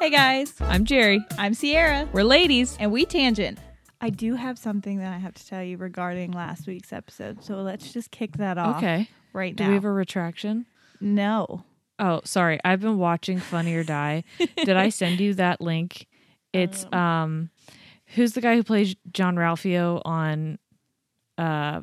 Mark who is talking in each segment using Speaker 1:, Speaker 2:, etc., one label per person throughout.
Speaker 1: Hey guys, I'm Jerry.
Speaker 2: I'm Sierra,
Speaker 1: We're ladies.
Speaker 2: and we tangent. I do have something that I have to tell you regarding last week's episode, so let's just kick that off
Speaker 1: Okay.
Speaker 2: right
Speaker 1: Do
Speaker 2: now.
Speaker 1: we have a retraction?
Speaker 2: no.
Speaker 1: Oh, sorry. I've been watching Funny or Die. Did I send you that link? It's um who's the guy who plays John Ralphio on uh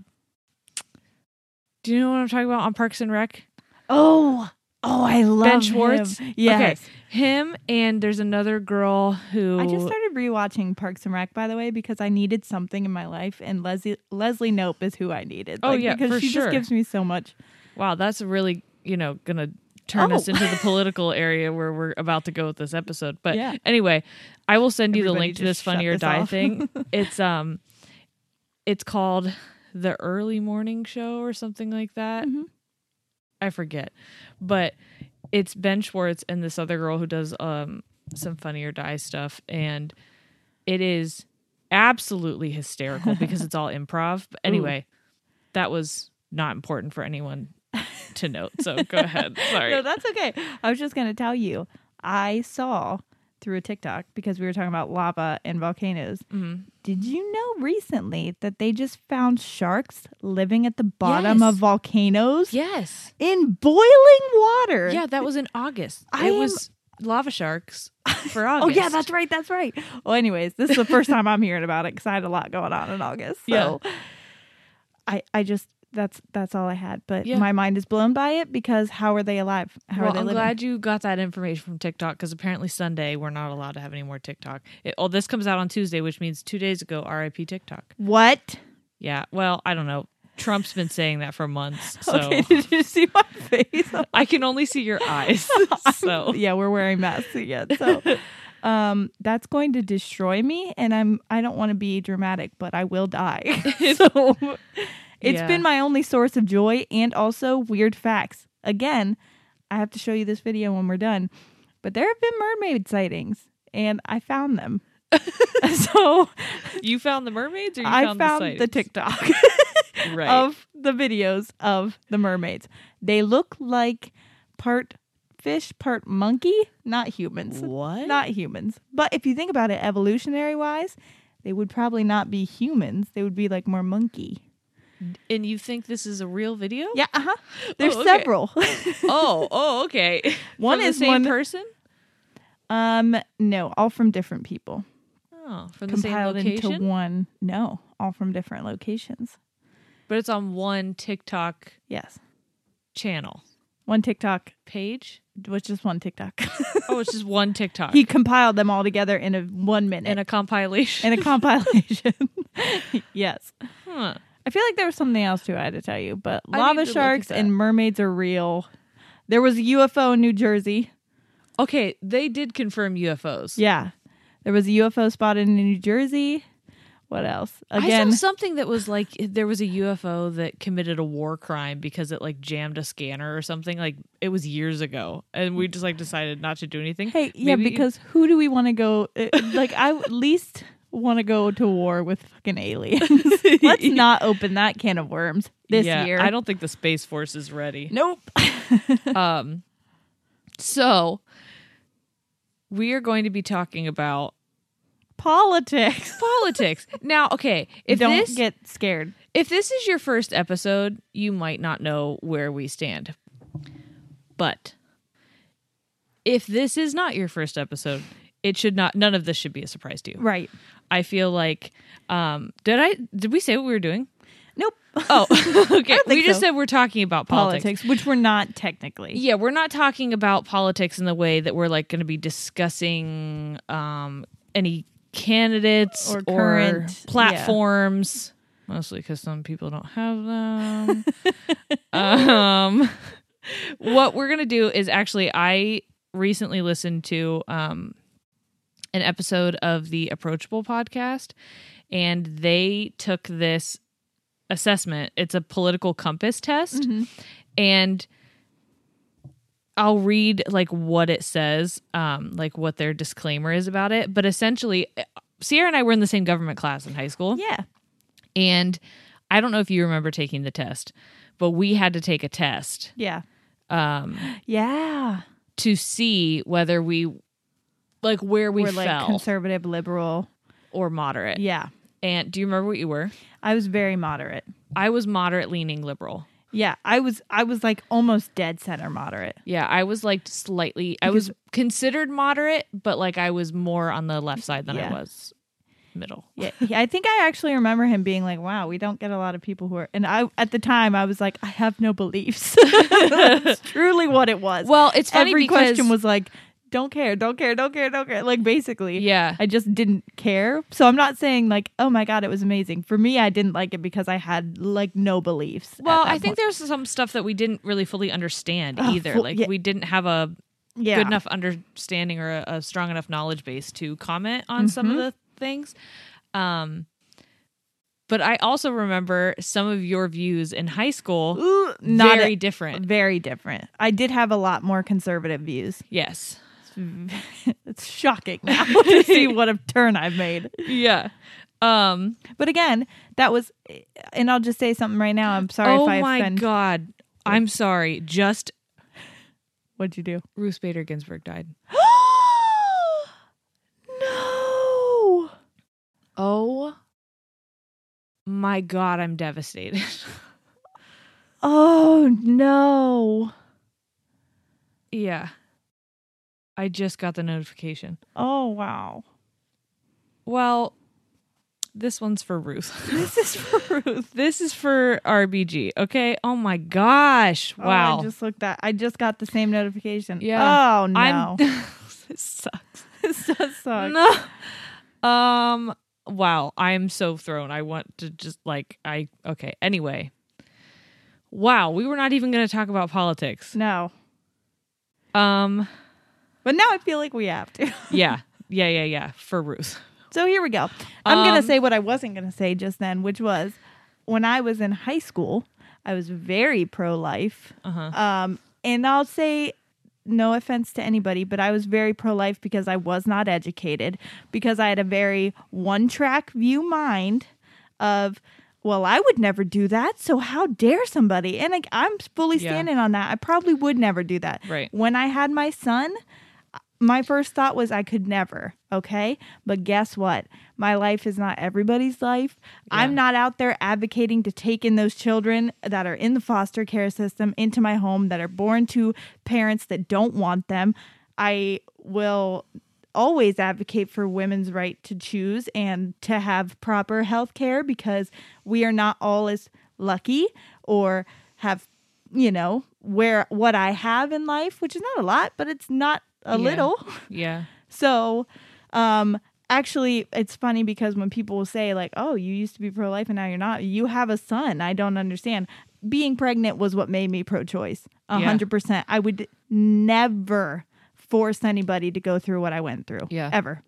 Speaker 1: Do you know what I'm talking about on Parks and Rec?
Speaker 2: Oh, oh, I love
Speaker 1: ben Schwartz?
Speaker 2: Him. Yes.
Speaker 1: Okay. Him and there's another girl who
Speaker 3: I just started rewatching Parks and Rec, by the way, because I needed something in my life, and Leslie Leslie Nope is who I needed.
Speaker 1: Oh, yeah,
Speaker 3: because
Speaker 1: for
Speaker 3: she
Speaker 1: sure.
Speaker 3: just gives me so much.
Speaker 1: Wow, that's really, you know, going to turn us
Speaker 2: Oh.
Speaker 1: into the political area where we're about to go with this episode. But
Speaker 3: Yeah.
Speaker 1: anyway, I will send you the
Speaker 3: Everybody
Speaker 1: link to
Speaker 3: just
Speaker 1: this funny
Speaker 3: shut
Speaker 1: or
Speaker 3: this
Speaker 1: die
Speaker 3: off.
Speaker 1: thing. It's um it's called The Early Morning Show or something like that.
Speaker 3: Mhm.
Speaker 1: I forget. But it's Ben Schwartz and this other girl who does um some funny or die stuff and it is absolutely hysterical because it's all improv. But anyway, that was not important for anyone to note. So go ahead. Sorry.
Speaker 3: No, that's okay. I was just gonna tell you, I saw through a TikTok because we were talking about lava and volcanoes.
Speaker 1: Mhm.
Speaker 3: Did you know recently that they just found sharks living at the bottom
Speaker 1: Yes.
Speaker 3: of volcanoes
Speaker 1: Yes.
Speaker 3: in boiling water?
Speaker 1: Yeah, that was in August.
Speaker 3: I
Speaker 1: it
Speaker 3: am-
Speaker 1: was lava sharks for
Speaker 3: Oh
Speaker 1: August.
Speaker 3: yeah, that's right. That's right. Well, anyways, this is the first time I'm hearing about it because I had a lot going on in August. So I I just that's that's all I had. But
Speaker 1: Yeah.
Speaker 3: my mind is blown by it because how are they alive? How
Speaker 1: well,
Speaker 3: are they
Speaker 1: I'm
Speaker 3: living?
Speaker 1: glad you got that information from TikTok because apparently Sunday we're not allowed to have any more TikTok. It, oh, this comes out on Tuesday, which means two days ago. R.I.P. TikTok.
Speaker 3: what?
Speaker 1: Yeah. Well, I don't know. Trump's been saying that for months, so
Speaker 3: Okay, did you see my face?
Speaker 1: I can only see your eyes. so
Speaker 3: yeah, we're wearing masks again. So um that's going to destroy me and I'm I don't want to be dramatic, but I will die. so it's
Speaker 1: Yeah.
Speaker 3: been my only source of joy and also weird facts. Again, I have to show you this video when we're done. But there have been mermaid sightings and I found them. so
Speaker 1: you found the mermaids, or you
Speaker 3: I
Speaker 1: found,
Speaker 3: found
Speaker 1: the,
Speaker 3: the
Speaker 1: sightings?
Speaker 3: TikTok
Speaker 1: Right.
Speaker 3: of the videos of the mermaids. They look like part fish, part monkey, not humans.
Speaker 1: What?
Speaker 3: Not humans. But if you think about it evolutionary wise, they would probably not be humans. They would be like more monkey.
Speaker 1: and you think this is a real video?
Speaker 3: Yeah, uh huh. There's
Speaker 1: uh-huh. okay.
Speaker 3: several.
Speaker 1: Oh. Oh. Okay.
Speaker 3: One
Speaker 1: From the
Speaker 3: is
Speaker 1: same
Speaker 3: one-
Speaker 1: person.
Speaker 3: um, no, all from different people.
Speaker 1: Oh, from the same
Speaker 3: compiled
Speaker 1: location.
Speaker 3: into one. No, all from different locations.
Speaker 1: but it's on one TikTok
Speaker 3: Yes.
Speaker 1: channel
Speaker 3: One TikTok
Speaker 1: page.
Speaker 3: was just one TikTok.
Speaker 1: Oh, it's just one TikTok
Speaker 3: he compiled them all together in a one minute
Speaker 1: in a compilation.
Speaker 3: in a compilation. yes.
Speaker 1: Huh.
Speaker 3: I feel like there was something else too I had to tell you, but
Speaker 1: I need to
Speaker 3: lava
Speaker 1: look at
Speaker 3: sharks
Speaker 1: that.
Speaker 3: and mermaids are real. There was a UFO in New Jersey.
Speaker 1: Okay, they did confirm UFOs.
Speaker 3: Yeah. There was a UFO spotted in New Jersey. What else? Again,
Speaker 1: I saw something that was like there was a UFO that committed a war crime because it like jammed a scanner or something. Like it was years ago, and we just like decided not to do anything.
Speaker 3: hey, yeah,
Speaker 1: Maybe you-
Speaker 3: because who do we want to go? uh, Like, I at least want to go to war with fucking aliens. Let's not open that can of worms this
Speaker 1: Yeah,
Speaker 3: year.
Speaker 1: I don't think the space force is ready.
Speaker 3: Nope.
Speaker 1: Um, so we are going to be talking about
Speaker 3: Politics.
Speaker 1: politics now. Okay, if
Speaker 3: don't
Speaker 1: this
Speaker 3: get scared.
Speaker 1: if this is your first episode, you might not know where we stand. But if this is not your first episode, it should not none of this should be a surprise to you.
Speaker 3: Right.
Speaker 1: I feel like um did I did we say what we were doing?
Speaker 3: Nope.
Speaker 1: Oh, okay. We
Speaker 3: think
Speaker 1: just
Speaker 3: so.
Speaker 1: said we're talking about
Speaker 3: Politics.
Speaker 1: politics.
Speaker 3: which we're not technically.
Speaker 1: Yeah, we're not talking about politics in the way that we're like going to be discussing um any candidates
Speaker 3: Or current- yeah.
Speaker 1: platforms. Mostly because some people don't have them. um, what we're gonna do is actually, I recently listened to um, an episode of the Approachable podcast, and they took this assessment. It's a political compass test,
Speaker 3: Mm-hmm.
Speaker 1: and I'll read like what it says, um, like what their disclaimer is about it. But essentially, eh, Sierra and I were in the same government class in high school,
Speaker 3: Yeah.
Speaker 1: and I don't know if you remember taking the test, but we had to take a test
Speaker 3: Yeah.
Speaker 1: um,
Speaker 3: Yeah.
Speaker 1: to see whether we like where we
Speaker 3: We're like
Speaker 1: fell
Speaker 3: conservative, liberal.
Speaker 1: or moderate.
Speaker 3: Yeah.
Speaker 1: And do you remember what you were?
Speaker 3: I was very moderate.
Speaker 1: I was moderate leaning liberal.
Speaker 3: Yeah, I was I was like almost dead center moderate.
Speaker 1: Yeah, I was like slightly. I was considered moderate, but like I was more on the left side than
Speaker 3: Yeah.
Speaker 1: I was middle.
Speaker 3: Yeah, yeah, I think I actually remember him being like, "Wow, we don't get a lot of people who are." And I at the time I was like, "I have no beliefs." That's truly what it was.
Speaker 1: Well, it's funny
Speaker 3: every
Speaker 1: because
Speaker 3: question was like, "Don't care, don't care, don't care, don't care." Like basically,
Speaker 1: Yeah.
Speaker 3: I just didn't care. So I'm not saying like, "Oh my god, it was amazing." For me, I didn't like it because I had like no beliefs. at
Speaker 1: Well,
Speaker 3: that
Speaker 1: I think
Speaker 3: point.
Speaker 1: there's some stuff that we didn't really fully understand
Speaker 3: Oh,
Speaker 1: either.
Speaker 3: fu-
Speaker 1: like
Speaker 3: yeah.
Speaker 1: we didn't have a
Speaker 3: yeah.
Speaker 1: good enough understanding or a, a strong enough knowledge base to comment on some
Speaker 3: Mm-hmm.
Speaker 1: of the things. Um, but I also remember some of your views in high school
Speaker 3: Ooh, not
Speaker 1: very
Speaker 3: a-
Speaker 1: different.
Speaker 3: very different. I did have a lot more conservative views.
Speaker 1: Yes.
Speaker 3: it's shocking now to see what a turn I've made.
Speaker 1: Yeah. Um,
Speaker 3: But again, that was, and I'll just say something right now. I'm sorry
Speaker 1: oh
Speaker 3: if I
Speaker 1: my
Speaker 3: offend.
Speaker 1: God. I'm sorry. Just
Speaker 3: What'd you do?
Speaker 1: Ruth Bader Ginsburg died.
Speaker 3: no.
Speaker 1: Oh my God. I'm devastated.
Speaker 3: Oh no.
Speaker 1: yeah. I just got the notification.
Speaker 3: Oh wow.
Speaker 1: Well, this one's for Ruth.
Speaker 3: This is for Ruth.
Speaker 1: This is for RBG. Okay. Oh my gosh.
Speaker 3: Oh,
Speaker 1: Wow.
Speaker 3: I just looked at. I just got the same notification.
Speaker 1: Yeah.
Speaker 3: Oh
Speaker 1: I'm-
Speaker 3: no.
Speaker 1: this sucks.
Speaker 3: this does suck.
Speaker 1: No. Um. Wow. I'm so thrown. I want to just like I. Okay. Anyway. Wow. We were not even going to talk about politics.
Speaker 3: No.
Speaker 1: Um.
Speaker 3: But now I feel like we have to.
Speaker 1: Yeah. Yeah. Yeah. Yeah. For Ruth.
Speaker 3: So here we go. I'm going
Speaker 1: Um,
Speaker 3: to say what I wasn't going to say just then, which was when I was in high school, I was very pro life.
Speaker 1: Uh-huh.
Speaker 3: Um, and I'll say, no offense to anybody, but I was very pro life because I was not educated, because I had a very one track view mind of, well, I would never do that. So how dare somebody? And like, I'm fully
Speaker 1: Yeah.
Speaker 3: standing on that. I probably would never do that.
Speaker 1: Right.
Speaker 3: When I had my son, my first thought was I could never, okay? But guess what? My life is not everybody's life. I'm not out there advocating to take in those children that are in the foster care system into my home that are born to parents that don't want them. I will always advocate for women's right to choose and to have proper health care because we are not all as lucky or have, you know, where what I have in life, which is not a lot, but it's not a
Speaker 1: Yeah.
Speaker 3: little.
Speaker 1: Yeah.
Speaker 3: So, um, actually, it's funny because when people will say like, "Oh, you used to be pro-life and now you're not," you have a son. I don't understand. Being pregnant was what made me pro-choice. A
Speaker 1: Yeah.
Speaker 3: hundred percent. I would never force anybody to go through what I went through.
Speaker 1: Yeah.
Speaker 3: ever.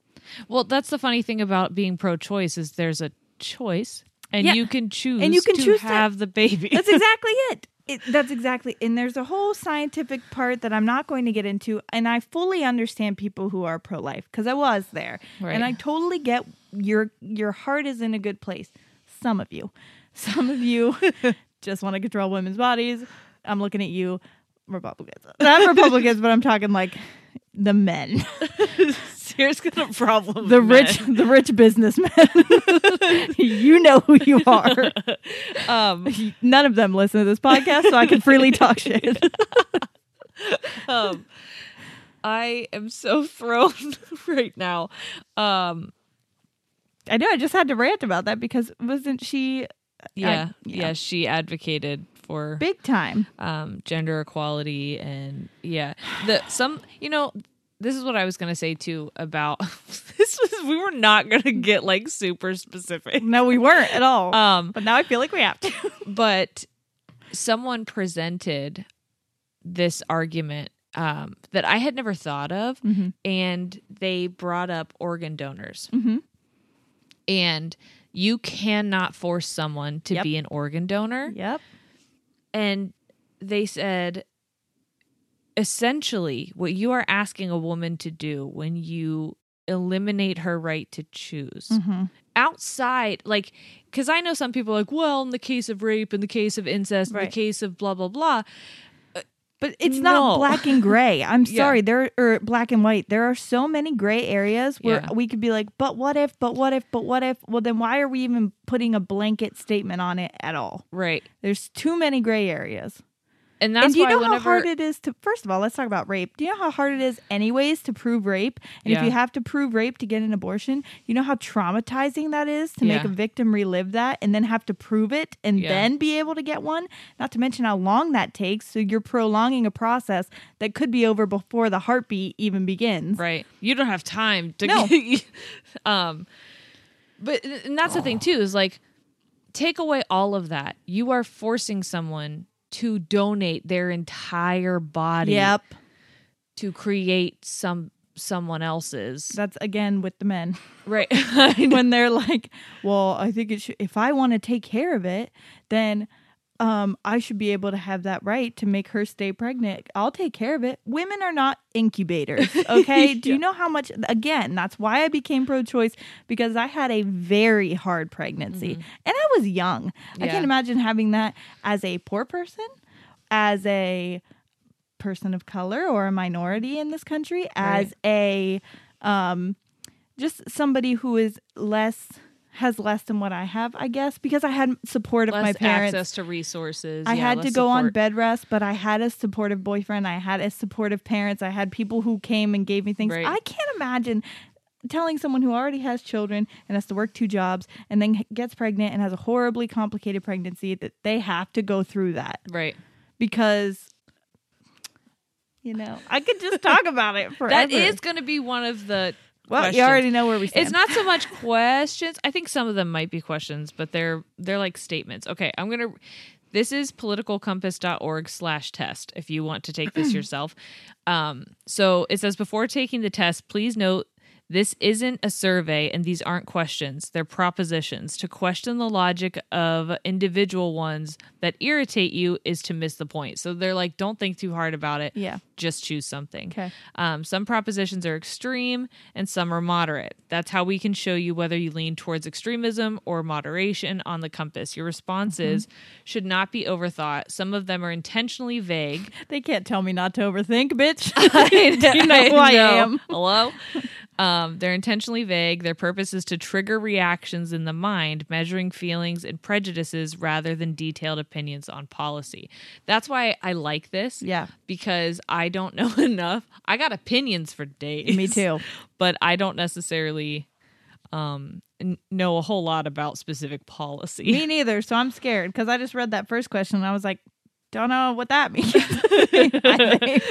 Speaker 1: Well, that's the funny thing about being pro-choice is there's a choice, and
Speaker 3: Yeah.
Speaker 1: you can choose.
Speaker 3: And you can
Speaker 1: to
Speaker 3: choose to-
Speaker 1: have the baby.
Speaker 3: That's exactly it. it. That's exactly. And there's a whole scientific part that I'm not going to get into. And I fully understand people who are pro life because I was there,
Speaker 1: Right.
Speaker 3: and I totally get your your heart is in a good place. Some of you, some of you just want to control women's bodies. I'm looking at you, Republicans. Not Republicans, but I'm talking like the men,
Speaker 1: Here's the problem.
Speaker 3: the
Speaker 1: with
Speaker 3: rich, the rich businessmen. you know who you are.
Speaker 1: men. Um,
Speaker 3: None of them listen to this podcast, so I can freely talk shit.
Speaker 1: um, I am so thrown right now. Um,
Speaker 3: I know. I just had to rant about that because wasn't she
Speaker 1: yeah,
Speaker 3: yeah.
Speaker 1: yeah, She advocated for
Speaker 3: big time?
Speaker 1: um, gender equality and yeah the some you know this is what i was gonna say too about this was we were not gonna get like super specific
Speaker 3: No, we weren't at all.
Speaker 1: um
Speaker 3: but now I feel like we have to.
Speaker 1: but someone presented this argument um that i had never thought of
Speaker 3: Mhm.
Speaker 1: and they brought up organ donors
Speaker 3: Mhm.
Speaker 1: and you cannot force someone to
Speaker 3: Yep.
Speaker 1: be an organ donor
Speaker 3: yep.
Speaker 1: and they said essentially what you are asking a woman to do when you eliminate her right to choose
Speaker 3: Mm-hmm.
Speaker 1: outside like because i know some people are like well in the case of rape in the case of incest in
Speaker 3: Right.
Speaker 1: the case of blah blah blah
Speaker 3: But it's not
Speaker 1: No.
Speaker 3: black and gray. I'm
Speaker 1: Yeah.
Speaker 3: sorry. There or black and white. There are so many gray areas where
Speaker 1: Yeah.
Speaker 3: we could be like, but what if? But what if? But what if? Well, then why are we even putting a blanket statement on it at all?
Speaker 1: right
Speaker 3: There's too many gray areas.
Speaker 1: and that's
Speaker 3: and do you
Speaker 1: why
Speaker 3: know
Speaker 1: whenever
Speaker 3: how hard it is to first of all let's talk about rape do you know how hard it is anyways to prove rape and if
Speaker 1: Yeah.
Speaker 3: you have to prove rape to get an abortion you know how traumatizing that is to make
Speaker 1: Yeah.
Speaker 3: a victim relive that and then have to prove it and
Speaker 1: Yeah.
Speaker 3: then be able to get one not to mention how long that takes so you're prolonging a process that could be over before the heartbeat even begins
Speaker 1: Right. You don't have time to
Speaker 3: No.
Speaker 1: um but and that's the thing too is like take away all of that. You are forcing someone to donate their entire body
Speaker 3: yep
Speaker 1: to create some someone else's.
Speaker 3: that's again with the men
Speaker 1: right. I know.
Speaker 3: when they're like, "Well, I think it should. If I want to take care of it, then um, I should be able to have that right to make her stay pregnant. I'll take care of it." Women are not incubators, okay? Do you know how much? Again, that's why I became pro-choice because I had a very hard pregnancy, and I was young. I
Speaker 1: Yeah.
Speaker 3: can't imagine having that as a poor person, as a person of color or a minority in this country, as a um, just somebody who is less has less than what I have, I guess, because I had support of
Speaker 1: Less
Speaker 3: my parents.
Speaker 1: access to resources.
Speaker 3: I
Speaker 1: Yeah,
Speaker 3: had to
Speaker 1: less
Speaker 3: go on
Speaker 1: support.
Speaker 3: bed rest, but I had a supportive boyfriend. I had a supportive parents. I had people who came and gave me things.
Speaker 1: Right.
Speaker 3: I can't imagine telling someone who already has children and has to work two jobs and then gets pregnant and has a horribly complicated pregnancy that they have to go through that
Speaker 1: Right.
Speaker 3: because you know I could just talk about it forever.
Speaker 1: That is going to be one of the
Speaker 3: well, you
Speaker 1: questions.
Speaker 3: already know where we stand.
Speaker 1: It's not so much questions. I think some of them might be questions, but they're they're like statements. Okay, I'm gonna this is politicalcompass.org slash test if you want to take this yourself. Um, so it says before taking the test, please note this isn't a survey and these aren't questions. They're propositions. To question the logic of individual ones that irritate you is to miss the point. So they're like, don't think too hard about it.
Speaker 3: Yeah.
Speaker 1: Just choose something.
Speaker 3: Okay.
Speaker 1: Um, some propositions are extreme and some are moderate. That's how we can show you whether you lean towards extremism or moderation on the compass. Your responses
Speaker 3: Mm-hmm.
Speaker 1: should not be overthought. Some of them are intentionally vague.
Speaker 3: They can't tell me not to overthink, bitch.
Speaker 1: you
Speaker 3: know who I am.
Speaker 1: Hello? Um, they're intentionally vague. Their purpose is to trigger reactions in the mind, measuring feelings and prejudices rather than detailed opinions on policy. That's why I like this.
Speaker 3: Yeah.
Speaker 1: Because I don't know enough. I got opinions for days.
Speaker 3: Me too.
Speaker 1: But I don't necessarily um, n- know a whole lot about specific policy.
Speaker 3: Me neither. So I'm scared because I just read that first question and I was like, don't know what that means. I think.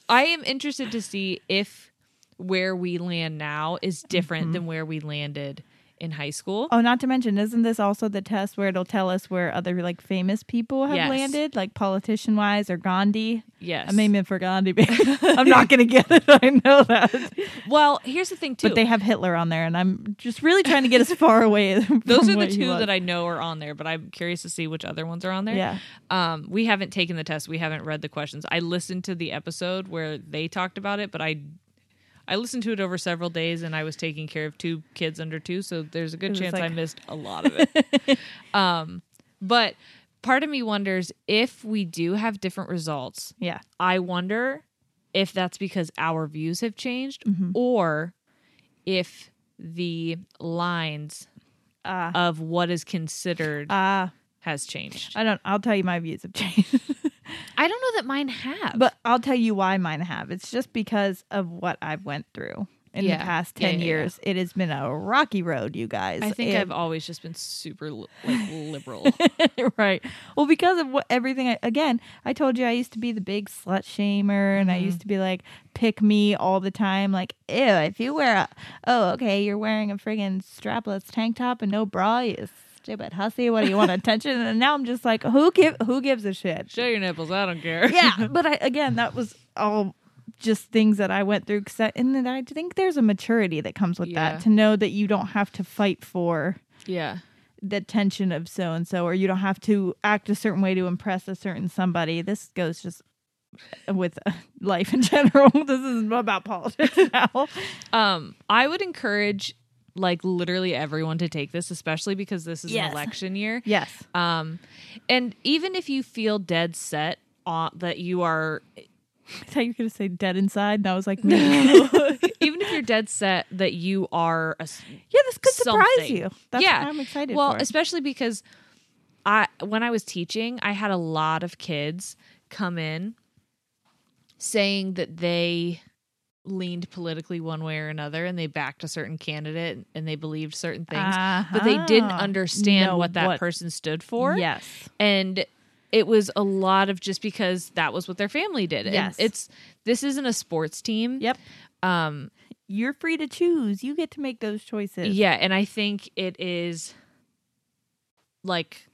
Speaker 1: I am interested to see if where we land now is
Speaker 3: Mm-hmm.
Speaker 1: different than where we landed in high school.
Speaker 3: Oh, not to mention, isn't this also the test where it'll tell us where other like famous people have
Speaker 1: Yes.
Speaker 3: landed, like politician wise or Gandhi?
Speaker 1: Yes.
Speaker 3: I'm aiming for Gandhi. babe. I'm not gonna get it. I know that,
Speaker 1: well, here's the thing too.
Speaker 3: but they have Hitler on there, and I'm just really trying to get as far away. From
Speaker 1: those are the two that I know are on there, but I'm curious to see which other ones are on there.
Speaker 3: Yeah.
Speaker 1: Um, we haven't taken the test. We haven't read the questions. I listened to the episode where they talked about it, but I I listened to it over several days and I was taking care of two kids under 2, so there's a good
Speaker 3: was
Speaker 1: chance
Speaker 3: like-
Speaker 1: I missed a lot of it. um, but part of me wonders if we do have different results.
Speaker 3: Yeah.
Speaker 1: I wonder if that's because our views have changed or if the lines
Speaker 3: Ah.
Speaker 1: of what is considered
Speaker 3: Ah,
Speaker 1: has changed.
Speaker 3: I don't. I'll tell you my views have changed,
Speaker 1: I don't know that mine have.
Speaker 3: but I'll tell you why mine have. It's just because of what I've went through in
Speaker 1: Yeah.
Speaker 3: the past
Speaker 1: Yeah,
Speaker 3: ten
Speaker 1: yeah, yeah.
Speaker 3: years. It has been a rocky road, you guys.
Speaker 1: I think
Speaker 3: It-
Speaker 1: I've always just been super li- like liberal.
Speaker 3: right. Well, because of what everything I, again, I told you I used to be the big slut shamer and I
Speaker 1: Mm-hmm.
Speaker 3: used to be like pick me all the time like ew, if you wear a oh, okay, you're wearing a friggin' strapless tank top and no bra, you stupid hussy, what do you want attention? And now I'm just like, who give who gives a shit?
Speaker 1: Show your nipples. I don't care.
Speaker 3: yeah, but I again, that was all just things that I went through 'cause I- and then I think there's a maturity that comes with
Speaker 1: Yeah.
Speaker 3: that to know that you don't have to fight for
Speaker 1: yeah.
Speaker 3: the tension of so and so, or you don't have to act a certain way to impress a certain somebody. This goes just with uh, life in general. this is about politics now.
Speaker 1: Um, I would encourage like literally everyone to take this, especially because this is
Speaker 3: Yes.
Speaker 1: an election year.
Speaker 3: yes.
Speaker 1: Um, and even if you feel dead set on that you are,
Speaker 3: I thought you were going to say dead inside, and I was like, no. yeah,
Speaker 1: even if you're dead set that you are a s-
Speaker 3: this could surprise
Speaker 1: something.
Speaker 3: you. That's
Speaker 1: yeah.
Speaker 3: what I'm excited
Speaker 1: Well,
Speaker 3: for.
Speaker 1: especially because I when I was teaching, I had a lot of kids come in saying that they leaned politically one way or another and they backed a certain candidate and they believed certain things, but they didn't
Speaker 3: Uh-huh.
Speaker 1: understand
Speaker 3: Know
Speaker 1: what that
Speaker 3: what-
Speaker 1: person stood for.
Speaker 3: Yes.
Speaker 1: And it was a lot of just because that was what their family did. And
Speaker 3: Yes.
Speaker 1: it's this isn't a sports team.
Speaker 3: Yep.
Speaker 1: Um
Speaker 3: You're free to choose. You get to make those choices.
Speaker 1: Yeah, and I think it is like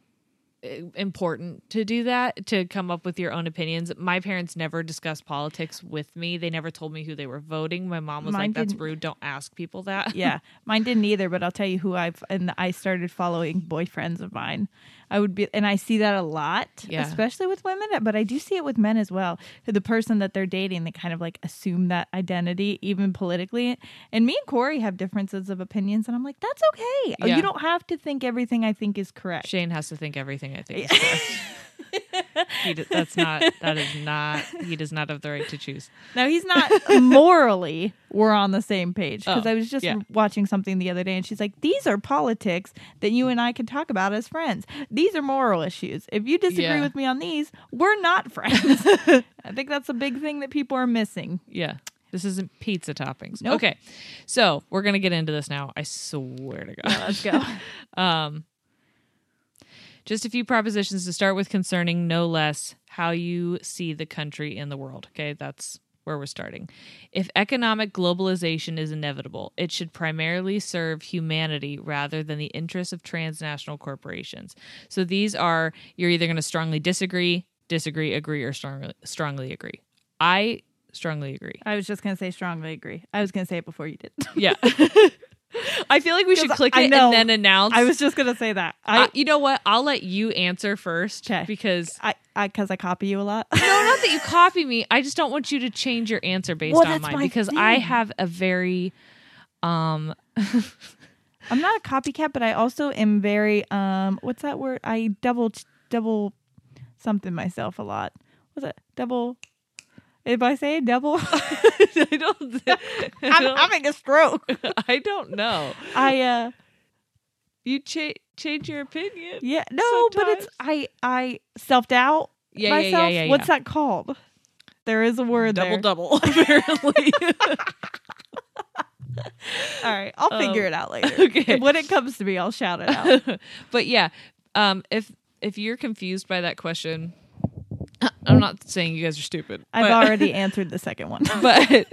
Speaker 1: i- important to do that to come up with your own opinions. My parents never discussed politics with me. They never told me who they were voting. My mom was
Speaker 3: Mine
Speaker 1: like, "That's
Speaker 3: didn't-
Speaker 1: rude. Don't ask people that."
Speaker 3: yeah, mine didn't either. But I'll tell you who I've and I started following boyfriends of mine. I would be, and I see that a lot,
Speaker 1: Yeah.
Speaker 3: especially with women, but I do see it with men as well. The person that they're dating, they kind of like assume that identity, even politically. And me and Corey have differences of opinions, and I'm like, that's okay. Oh,
Speaker 1: Yeah.
Speaker 3: You don't have to think everything I think is correct.
Speaker 1: Shane has to think everything I think. Is correct. he d- that's not. That is not. He does not have the right to choose.
Speaker 3: Now he's not morally. We're on the same page because
Speaker 1: Oh,
Speaker 3: I was just
Speaker 1: yeah.
Speaker 3: watching something the other day, and she's like, "These are politics that you and I can talk about as friends. These are moral issues. If you disagree
Speaker 1: Yeah.
Speaker 3: with me on these, we're not friends." I think that's a big thing that people are missing.
Speaker 1: Yeah. This isn't pizza toppings.
Speaker 3: Nope.
Speaker 1: Okay. So we're gonna get into this now. I swear to God.
Speaker 3: Let's go.
Speaker 1: Um, just a few propositions to start with concerning no less how you see the country and the world. Okay, that's where we're starting. If economic globalization is inevitable, it should primarily serve humanity rather than the interests of transnational corporations. So these are you're either going to strongly disagree, disagree, agree, or strongly strongly agree. I strongly agree.
Speaker 3: I was just gonna say strongly agree. I was gonna say it before you did.
Speaker 1: Yeah. I feel like we should
Speaker 3: 'Cause
Speaker 1: click
Speaker 3: I
Speaker 1: it
Speaker 3: know-
Speaker 1: and then announce.
Speaker 3: I was just gonna say that.
Speaker 1: I,
Speaker 3: I
Speaker 1: you know what? I'll let you answer first
Speaker 3: 'Kay.
Speaker 1: because
Speaker 3: I because I, copy you a lot.
Speaker 1: no, not that you copy me. I just don't want you to change your answer based
Speaker 3: Well,
Speaker 1: on
Speaker 3: that's
Speaker 1: mine
Speaker 3: my
Speaker 1: because I
Speaker 3: thing.
Speaker 1: have a very um
Speaker 3: I'm not a copycat, but I also am very um what's that word? I double double something myself a lot. What's it? Double if I say double
Speaker 1: I don't I
Speaker 3: I'm
Speaker 1: don't,
Speaker 3: having a stroke.
Speaker 1: I don't know.
Speaker 3: I uh
Speaker 1: You cha- change your opinion.
Speaker 3: yeah, no, but it's I I self doubt
Speaker 1: Yeah, yeah, yeah,
Speaker 3: myself.
Speaker 1: yeah,
Speaker 3: What's
Speaker 1: yeah.
Speaker 3: that called? There is a word
Speaker 1: Double
Speaker 3: there.
Speaker 1: double apparently.
Speaker 3: All right, I'll figure it out later.
Speaker 1: Oh. okay.
Speaker 3: When it comes to me, I'll shout it out.
Speaker 1: but yeah, um, if if you're confused by that question, I'm not saying you guys are stupid.
Speaker 3: I've
Speaker 1: but-
Speaker 3: already answered the second one.
Speaker 1: but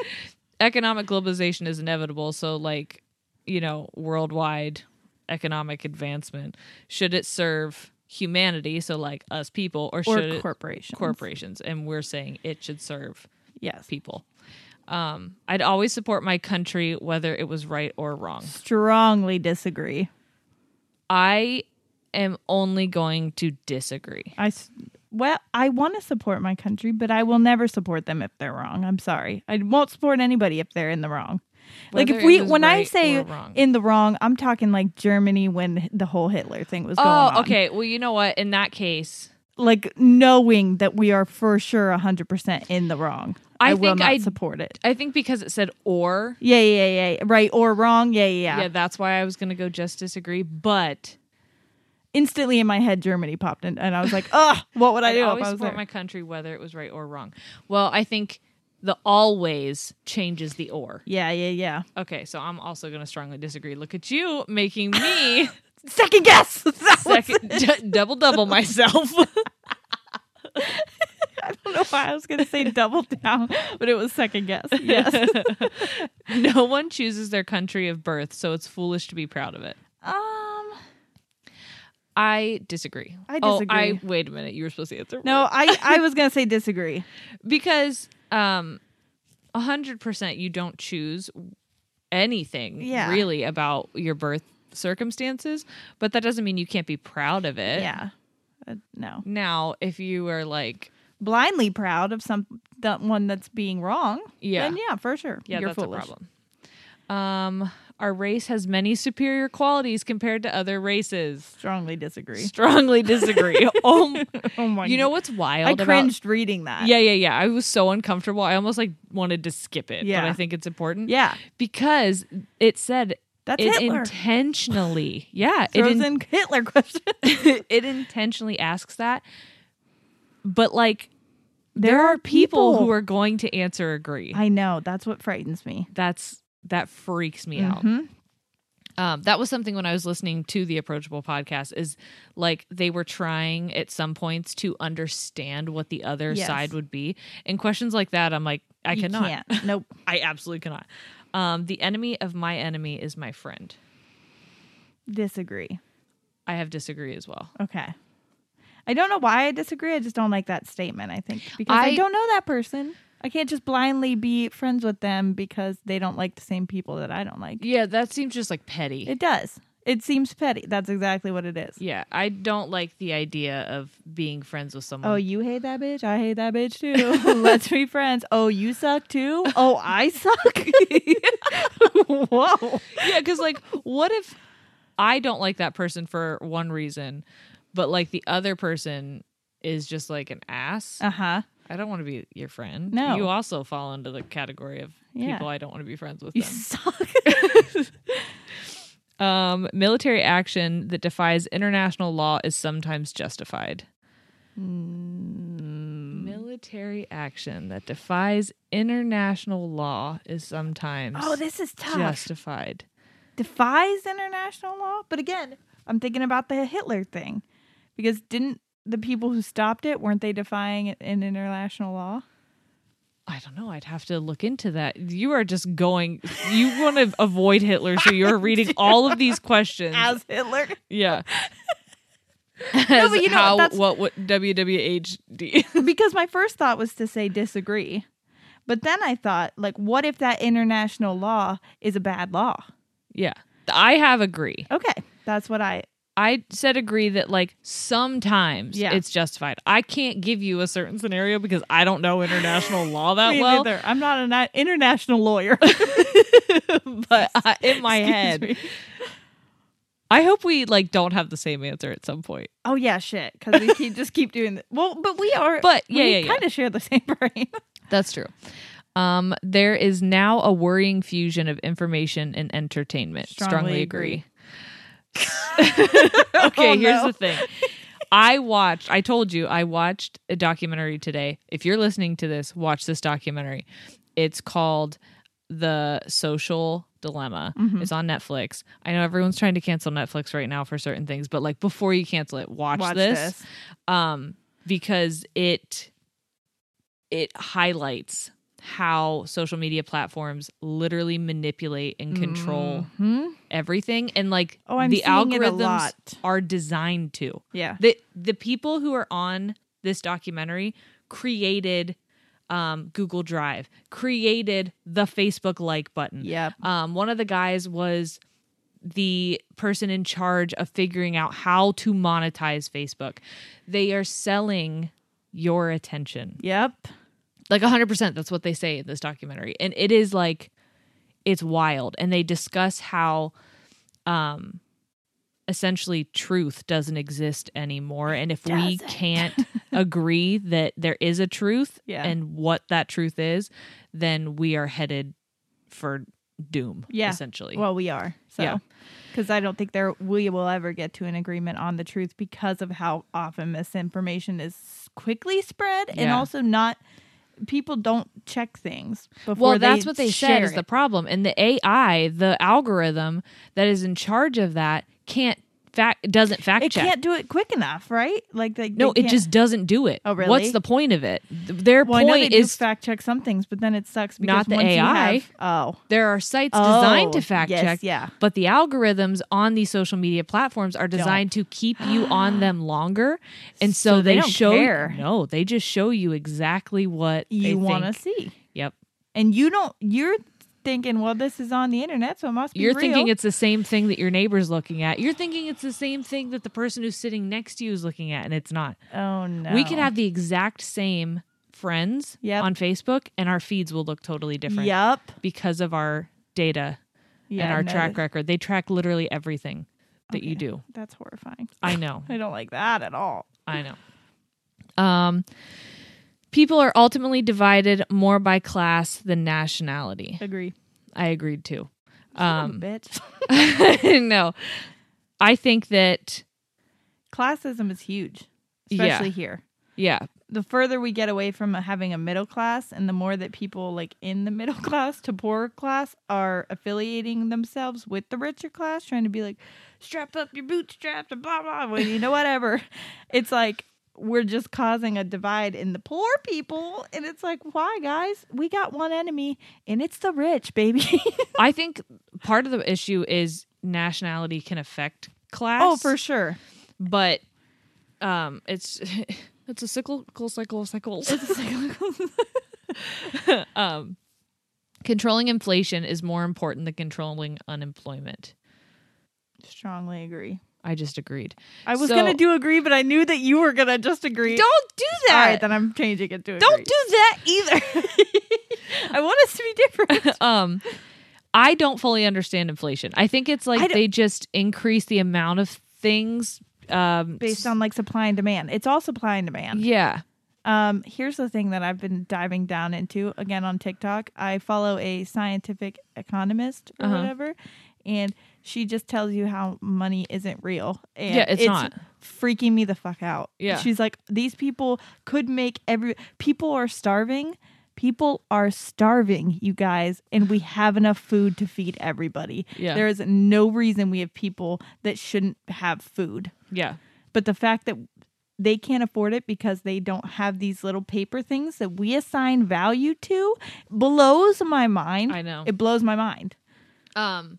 Speaker 1: economic globalization is inevitable. So, like, you know, worldwide economic advancement should it serve humanity? So, like us people, or,
Speaker 3: Or
Speaker 1: should it
Speaker 3: corporations.
Speaker 1: corporations? And we're saying it should serve
Speaker 3: Yes.
Speaker 1: people. Um, I'd always support my country, whether it was right or wrong.
Speaker 3: Strongly disagree.
Speaker 1: I am only going to disagree.
Speaker 3: I s- well, I want to support my country, but I will never support them if they're wrong. I'm sorry. I won't support anybody if they're in the wrong. like
Speaker 1: Whether
Speaker 3: if we
Speaker 1: it was
Speaker 3: when I
Speaker 1: right
Speaker 3: say
Speaker 1: or wrong.
Speaker 3: in the wrong, I'm talking like Germany when the whole Hitler thing was going on.
Speaker 1: Oh, okay. Well, you know what? In that case,
Speaker 3: Like knowing that we are for sure 100% in the wrong.
Speaker 1: I
Speaker 3: will
Speaker 1: think
Speaker 3: not
Speaker 1: I-
Speaker 3: support it.
Speaker 1: I think because it said or,
Speaker 3: Yeah, yeah, yeah, yeah. Right or wrong. Yeah, yeah,
Speaker 1: yeah,
Speaker 3: yeah.
Speaker 1: that's why I was going to go just disagree. But
Speaker 3: Instantly in my head Germany popped in and I was like, "Ugh, what would I
Speaker 1: I
Speaker 3: do if
Speaker 1: always
Speaker 3: I was
Speaker 1: support
Speaker 3: there?"
Speaker 1: my country, whether it was right or wrong. Well, I think the always changes the or.
Speaker 3: yeah, yeah, yeah.
Speaker 1: Okay, so I'm also going to strongly disagree. Look at you making me
Speaker 3: Second guess. That was
Speaker 1: second, d- double double myself.
Speaker 3: I don't know why I was going to say double down, but it was second guess. Yes.
Speaker 1: no one chooses their country of birth, so it's foolish to be proud of it.
Speaker 3: um.
Speaker 1: I disagree.
Speaker 3: I
Speaker 1: Oh, I
Speaker 3: disagree.
Speaker 1: wait a minute. You were supposed to answer.
Speaker 3: No, I I was going to say disagree.
Speaker 1: because um a hundred percent you don't choose anything
Speaker 3: Yeah.
Speaker 1: really about your birth circumstances but that doesn't mean you can't be proud of it
Speaker 3: Yeah. Uh, no.
Speaker 1: now if you are like
Speaker 3: Blindly proud of some that one that's being wrong.
Speaker 1: Yeah.
Speaker 3: Then yeah, for sure.
Speaker 1: yeah
Speaker 3: You're
Speaker 1: that's
Speaker 3: foolish.
Speaker 1: a problem um our race has many superior qualities compared to other races
Speaker 3: Strongly disagree.
Speaker 1: strongly disagree oh,
Speaker 3: Oh my.
Speaker 1: you know
Speaker 3: God.
Speaker 1: what's wild
Speaker 3: I
Speaker 1: about-
Speaker 3: cringed reading that.
Speaker 1: yeah yeah yeah i was so uncomfortable i almost like wanted to skip it
Speaker 3: Yeah.
Speaker 1: but i think it's important
Speaker 3: Yeah.
Speaker 1: because it said
Speaker 3: That's
Speaker 1: it
Speaker 3: Hitler.
Speaker 1: intentionally yeah it,
Speaker 3: Throws
Speaker 1: in-
Speaker 3: in Hitler question.
Speaker 1: it intentionally asks that but like there, are people, who are going to answer agree
Speaker 3: I know. That's what frightens me.
Speaker 1: that's that freaks me out
Speaker 3: Mm-hmm.
Speaker 1: um, that was something when i was listening to the approachable podcast is like they were trying at some points to understand what the other
Speaker 3: Yes.
Speaker 1: side would be and questions like that i'm like i
Speaker 3: You
Speaker 1: cannot
Speaker 3: can't. Nope.
Speaker 1: i absolutely cannot um, the enemy of my enemy is my friend
Speaker 3: Disagree.
Speaker 1: i have disagree as well
Speaker 3: Okay. I don't know why I disagree. I just don't like that statement, I think, because I,
Speaker 1: I-
Speaker 3: don't know that person. I can't just blindly be friends with them because they don't like the same people that I don't like.
Speaker 1: Yeah, that seems just like petty.
Speaker 3: It does. It seems petty. That's exactly what it is.
Speaker 1: yeah, I don't like the idea of being friends with someone.
Speaker 3: Oh, you hate that bitch? I hate that bitch too. Let's be friends. Oh, you suck too? Oh, I suck? Whoa.
Speaker 1: yeah, because like, what if I don't like that person for one reason, but like the other person is just like an ass?
Speaker 3: Uh huh.
Speaker 1: I don't want to be your friend.
Speaker 3: No.
Speaker 1: you also fall into the category of
Speaker 3: Yeah.
Speaker 1: people I don't want to be friends with.
Speaker 3: You
Speaker 1: Them.
Speaker 3: suck.
Speaker 1: Um, military action that defies international law is sometimes justified.
Speaker 3: Hmm.
Speaker 1: Military action that defies international law is sometimes
Speaker 3: Oh, this is tough.
Speaker 1: justified.
Speaker 3: defies international law. But again, I'm thinking about the Hitler thing because didn't the people who stopped it weren't they defying it in international law?
Speaker 1: I don't know. I'd have to look into that. You are just going. You want to avoid Hitler, so you're reading all of these questions.
Speaker 3: Hitler,
Speaker 1: yeah. As
Speaker 3: but you know,
Speaker 1: how,
Speaker 3: that's-
Speaker 1: what, what WWHD?
Speaker 3: because my first thought was to say disagree, but then I thought like, what if that international law is a bad law?
Speaker 1: yeah, I have agree.
Speaker 3: Okay, that's what I.
Speaker 1: I said agree that like sometimes
Speaker 3: Yeah.
Speaker 1: it's justified. I can't give you a certain scenario because I don't know international law that
Speaker 3: Me
Speaker 1: Uh, well.
Speaker 3: neither. I'm not an i- international lawyer.
Speaker 1: But I, in my
Speaker 3: Excuse
Speaker 1: head,
Speaker 3: me.
Speaker 1: I hope we like don't have the same answer at some point.
Speaker 3: Oh yeah, shit. Because we keep, just keep doing. This. Well, but we are.
Speaker 1: But, yeah, yeah, yeah.
Speaker 3: kind of share the same brain.
Speaker 1: That's true. Um, there is now a worrying fusion of information and entertainment. Strongly,
Speaker 3: Strongly
Speaker 1: agree.
Speaker 3: agree.
Speaker 1: okay,
Speaker 3: Oh,
Speaker 1: here's
Speaker 3: no.
Speaker 1: the thing. I watched, I told you, I watched a documentary today. If you're listening to this, watch this documentary. It's called The Social Dilemma. It's on Netflix. I know everyone's trying to cancel Netflix right now for certain things, but like before you cancel it, watch,
Speaker 3: Watch
Speaker 1: this um because it it highlights how social media platforms literally manipulate and control
Speaker 3: Mhm.
Speaker 1: everything and like
Speaker 3: Oh, I'm
Speaker 1: the
Speaker 3: seeing it a
Speaker 1: algorithms
Speaker 3: lot.
Speaker 1: are designed to
Speaker 3: Yeah.
Speaker 1: the the people who are on this documentary created um, Google Drive, created the Facebook like button.
Speaker 3: Yep.
Speaker 1: Um, one of the guys was the person in charge of figuring out how to monetize Facebook. They are selling your attention.
Speaker 3: Yep.
Speaker 1: Like 100%, that's what they say in this documentary. And it is like, it's wild. And they discuss how um, essentially truth doesn't exist anymore. And if we can't agree that there is a truth
Speaker 3: Yeah.
Speaker 1: and what that truth is, then we are headed for doom,
Speaker 3: Yeah.
Speaker 1: essentially.
Speaker 3: Well, we are. So.
Speaker 1: Yeah.
Speaker 3: Because I don't think there we will ever get to an agreement on the truth because of how often misinformation is quickly spread, and
Speaker 1: Yeah.
Speaker 3: also not people don't check things before.
Speaker 1: Well, that's what they
Speaker 3: share
Speaker 1: said is
Speaker 3: it.
Speaker 1: the problem. And the AI, the algorithm that is in charge of that, can't fact doesn't fact
Speaker 3: it
Speaker 1: check.
Speaker 3: can't do it quick enough, right? Like they,
Speaker 1: no,
Speaker 3: they
Speaker 1: it
Speaker 3: can't-
Speaker 1: just doesn't do it.
Speaker 3: Oh, really?
Speaker 1: What's the point of it? Th- Their
Speaker 3: Well, I know
Speaker 1: point
Speaker 3: they
Speaker 1: is
Speaker 3: do fact check some things, but then it sucks because
Speaker 1: Not the
Speaker 3: once you
Speaker 1: AI.
Speaker 3: have- oh,
Speaker 1: there are sites designed
Speaker 3: Oh,
Speaker 1: to fact
Speaker 3: yes,
Speaker 1: check.
Speaker 3: yeah.
Speaker 1: But the algorithms on these social media platforms are designed to keep you on them longer, and so,
Speaker 3: So they
Speaker 1: they,
Speaker 3: don't
Speaker 1: show
Speaker 3: care.
Speaker 1: no, they just show you exactly what
Speaker 3: you want to
Speaker 1: want to.
Speaker 3: see,
Speaker 1: Yep.
Speaker 3: and you don't. You're thinking, well, this is on the internet, so it must be.
Speaker 1: You're
Speaker 3: real.
Speaker 1: thinking it's the same thing that your neighbor's looking at. You're thinking it's the same thing that the person who's sitting next to you is looking at, and it's not.
Speaker 3: Oh no,
Speaker 1: We could have the exact same friends
Speaker 3: Yep.
Speaker 1: on Facebook, and our feeds will look totally different
Speaker 3: Yep.
Speaker 1: because of our data
Speaker 3: Yeah,
Speaker 1: and our
Speaker 3: no,
Speaker 1: track
Speaker 3: that-
Speaker 1: record. They track literally everything that you do.
Speaker 3: That's horrifying.
Speaker 1: I know.
Speaker 3: I don't like that at all.
Speaker 1: I know. Um, people are ultimately divided more by class than nationality.
Speaker 3: Agree.
Speaker 1: I agreed too.
Speaker 3: Um, bitch.
Speaker 1: no, I think that
Speaker 3: Classism is huge,
Speaker 1: Yeah.
Speaker 3: especially here.
Speaker 1: yeah,
Speaker 3: The further we get away from having a middle class, and the more that people like in the middle class to poorer class are affiliating themselves with the richer class, trying to be like, strap up your bootstraps and blah blah. Well, you know, whatever. it's like we're just causing a divide in the poor people, and it's like, why, guys? We got one enemy, and it's the rich, baby.
Speaker 1: I think part of the issue is nationality can affect class.
Speaker 3: oh, for sure.
Speaker 1: but um, it's it's a cyclical cycle of cycles. um, controlling inflation is more important than controlling unemployment.
Speaker 3: Strongly agree.
Speaker 1: I just agreed.
Speaker 3: I was
Speaker 1: So-
Speaker 3: gonna do agree, but I knew that you were gonna just agree.
Speaker 1: Don't do
Speaker 3: All
Speaker 1: that.
Speaker 3: right, then I'm changing it to agree.
Speaker 1: Don't do that either.
Speaker 3: I want us to be different.
Speaker 1: um i don't fully understand inflation i think it's
Speaker 3: I
Speaker 1: like
Speaker 3: don't-
Speaker 1: they just increase the amount of things um
Speaker 3: Based on like supply and demand, it's all supply and demand.
Speaker 1: yeah
Speaker 3: Um, here's the thing that I've been diving down into again on TikTok. I follow a scientific economist or
Speaker 1: Uh-huh.
Speaker 3: whatever, and she just tells you how money isn't real. And
Speaker 1: Yeah, it's not.
Speaker 3: freaking me the fuck out.
Speaker 1: Yeah.
Speaker 3: she's like, these people could make every people are starving. People are starving, you guys, and we have enough food to feed everybody.
Speaker 1: Yeah.
Speaker 3: There is no reason we have people that shouldn't have food
Speaker 1: yeah
Speaker 3: but the fact that they can't afford it because they don't have these little paper things that we assign value to blows my mind.
Speaker 1: I know.
Speaker 3: It blows my mind.
Speaker 1: um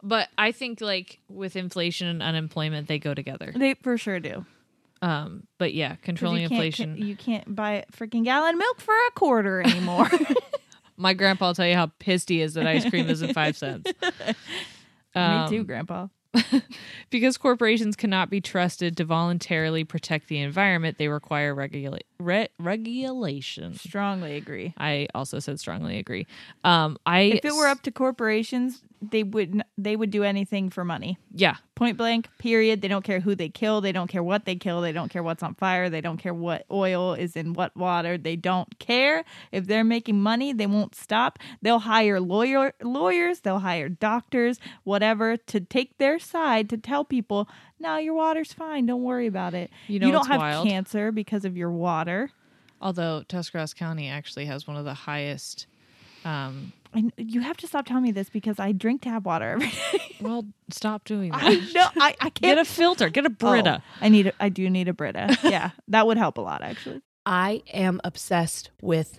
Speaker 1: but i think like with inflation and unemployment they go together
Speaker 3: They for sure do.
Speaker 1: um but yeah
Speaker 3: 'Cause
Speaker 1: controlling
Speaker 3: you can't-
Speaker 1: inflation
Speaker 3: You can't buy a freaking gallon of milk for a quarter anymore.
Speaker 1: my grandpa will tell you how pissed he is that ice cream isn't five cents
Speaker 3: Me too, Grandpa.
Speaker 1: because corporations cannot be trusted to voluntarily protect the environment they require regula- re- regulation
Speaker 3: Strongly agree.
Speaker 1: i also said strongly agree um i
Speaker 3: If it were up to corporations, they would n- they would do anything for money.
Speaker 1: yeah
Speaker 3: Point blank, period. They don't care who they kill. They don't care what they kill. They don't care what's on fire. They don't care what oil is in what water. They don't care. If they're making money, they won't stop. They'll hire lawyer lawyers, they'll hire doctors, whatever, to take their side to tell people, no, your water's fine. Don't worry about it.
Speaker 1: You know
Speaker 3: don't
Speaker 1: what's
Speaker 3: have
Speaker 1: wild?
Speaker 3: cancer because of your water.
Speaker 1: Although Tuscarawas County actually has one of the highest um,
Speaker 4: I, you have to stop telling me this because I drink tap water every day.
Speaker 1: Well, stop doing that.
Speaker 4: I know. I, I
Speaker 1: Get
Speaker 4: can't.
Speaker 1: a filter. Get
Speaker 4: Oh,
Speaker 1: a Brita.
Speaker 4: I need. A, I do need a Brita. Yeah, that would help a lot actually.
Speaker 5: I am obsessed with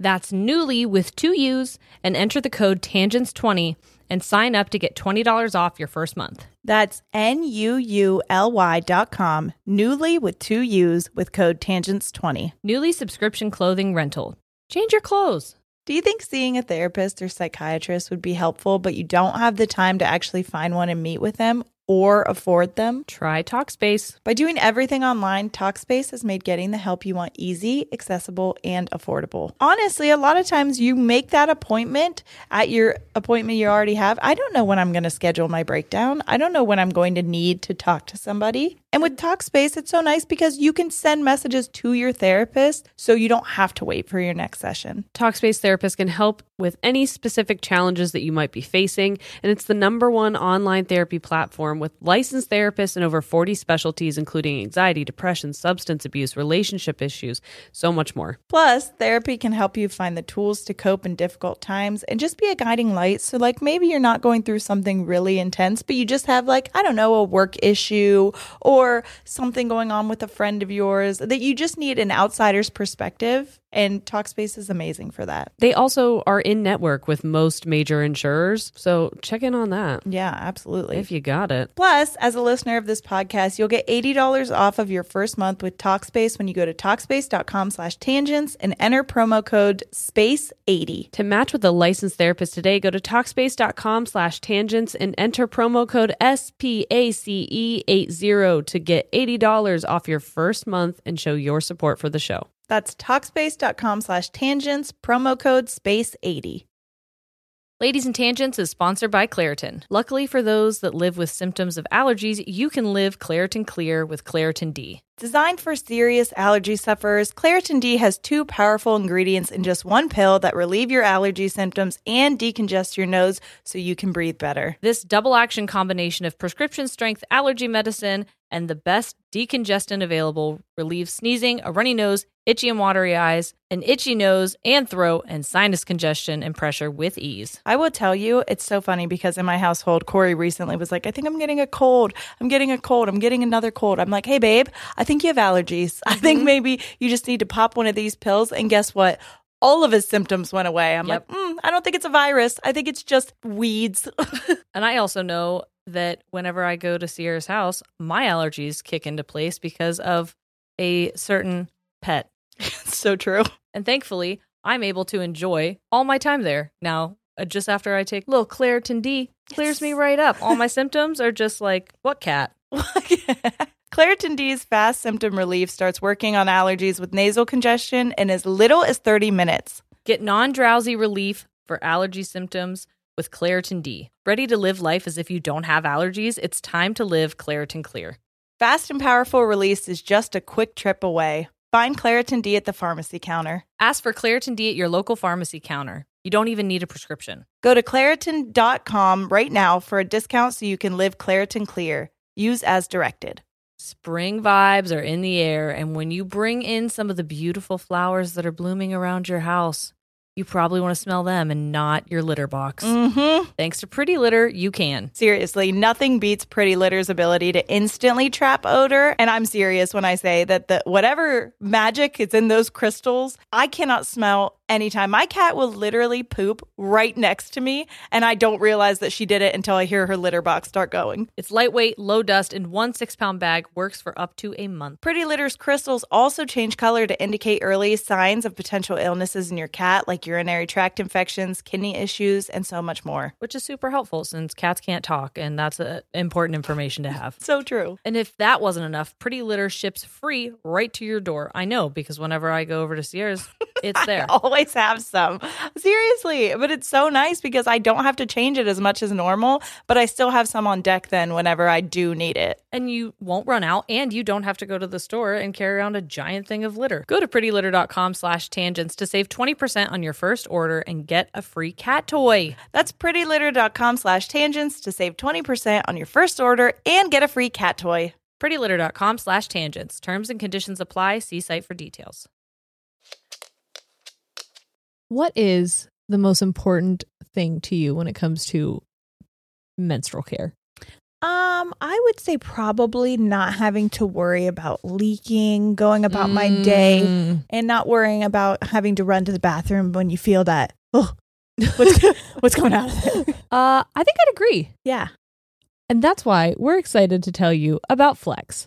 Speaker 5: That's Newly with two U's and enter the code TANGENTS20 and sign up to get $20 off your first month.
Speaker 3: That's N U U L Y dot com, Newly with two U's with code TANGENTS20.
Speaker 5: Newly subscription clothing rental. Change your clothes.
Speaker 3: Do you think seeing a therapist or psychiatrist would be helpful, but you don't have the time to actually find one and meet with them or afford them?
Speaker 5: Try Talkspace.
Speaker 3: By doing everything online, Talkspace has made getting the help you want easy, accessible, and affordable. Honestly, a lot of times you make that appointment at your appointment you already have. I don't know when I'm going to schedule my breakdown. I don't know when I'm going to need to talk to somebody. And with Talkspace, it's so nice because you can send messages to your therapist so you don't have to wait for your next session.
Speaker 5: Talkspace therapist can help with any specific challenges that you might be facing, and it's the number one online therapy platform with licensed therapists in over 40 specialties including anxiety, depression, substance abuse, relationship issues, so much more.
Speaker 3: Plus, therapy can help you find the tools to cope in difficult times and just be a guiding light. So, like, maybe you're not going through something really intense, but you just have, like, I don't know, a work issue or something going on with a friend of yours that you just need an outsider's perspective. And Talkspace is amazing for that.
Speaker 5: They also are in network with most major insurers, so check in on that
Speaker 3: Yeah, absolutely.
Speaker 5: if you got it.
Speaker 3: Plus, as a listener of this podcast, you'll get $80 off of your first month with Talkspace when you go to Talkspace.com slash tangents and enter promo code SPACE80.
Speaker 5: To match with a licensed therapist today, go to Talkspace.com slash tangents and enter promo code SPACE80 E to get $80 off your first month and show your support for the show.
Speaker 3: That's Talkspace.com slash tangents, promo code SPACE80.
Speaker 5: Ladies and Tangents is sponsored by Claritin. Luckily for those that live with symptoms of allergies, you can live Claritin Clear with Claritin D.
Speaker 3: Designed for serious allergy sufferers, Claritin D has two powerful ingredients in just one pill that relieve your allergy symptoms and decongest your nose so you can breathe better.
Speaker 5: This double action combination of prescription strength allergy medicine and the best decongestant available relieves sneezing, a runny nose, itchy and watery eyes, an itchy nose and throat, and sinus congestion and pressure with ease.
Speaker 3: I will tell you, it's so funny because in my household, Corey recently was like, I think I'm getting a cold. I'm getting a cold. I'm getting another cold. I'm like, hey, babe, I think you have allergies. I think maybe you just need to pop one of these pills. And guess what? All of his symptoms went away. I'm
Speaker 5: Yep.
Speaker 3: like, mm, I don't think it's a virus. I think it's just weeds.
Speaker 5: And I also know that whenever I go to Sierra's house, my allergies kick into place because of a certain pet.
Speaker 3: so true.
Speaker 5: And thankfully, I'm able to enjoy all my time there. Now, uh, just after I take little Claritin D, clears me right up. All my symptoms are just like, what cat?
Speaker 3: Claritin D's fast symptom relief starts working on allergies with nasal congestion in as little as 30 minutes.
Speaker 5: Get non drowsy relief for allergy symptoms with Claritin D. Ready to live life as if you don't have allergies? It's time to live Claritin Clear.
Speaker 3: Fast and powerful release is just a quick trip away. Find Claritin D at the pharmacy counter.
Speaker 5: Ask for Claritin D at your local pharmacy counter. You don't even need a prescription.
Speaker 3: Go to Claritin.com right now for a discount so you can live Claritin clear. Use as directed.
Speaker 5: Spring vibes are in the air, and when you bring in some of the beautiful flowers that are blooming around your house, you probably want to smell them and not your litter box.
Speaker 2: Mm-hmm.
Speaker 5: Thanks to Pretty Litter, you can.
Speaker 2: Seriously, nothing beats Pretty Litter's ability to instantly trap odor. And I'm serious when I say that the whatever magic is in those crystals, I cannot smell anytime. My cat will literally poop right next to me, and I don't realize that she did it until I hear her litter box start going.
Speaker 5: It's lightweight, low dust, and one six pound bag works for up to a month.
Speaker 2: Pretty Litter's crystals also change color to indicate early signs of potential illnesses in your cat, like urinary tract infections, kidney issues, and so much more.
Speaker 5: which is super helpful since cats can't talk, and that's uh important information to have.
Speaker 2: So true.
Speaker 5: And if that wasn't enough, Pretty Litter ships free right to your door. I know because whenever I go over to Sierra's, it's there.
Speaker 2: always have some. Seriously, but it's so nice because I don't have to change it as much as normal, but I still have some on deck then whenever I do need it.
Speaker 5: and you won't run out and you don't have to go to the store and carry around a giant thing of litter go to prettylitter.com slash tangents to save 20% on your first order and get a free cat toy
Speaker 2: That's prettylitter.com slash tangents to save 20% on your first order and get a free cat toy.
Speaker 5: prettylitter.com slash tangents terms and conditions apply see site for details
Speaker 6: What is the most important thing to you when it comes to menstrual care?
Speaker 3: Um, I would say probably not having to worry about leaking, going about my
Speaker 2: Mm.
Speaker 1: Mm.
Speaker 3: day, and not worrying about having to run to the bathroom when you feel that. Oh, what's what's going out of there?
Speaker 6: Uh, I think I'd agree.
Speaker 3: Yeah.
Speaker 6: And that's why we're excited to tell you about Flex.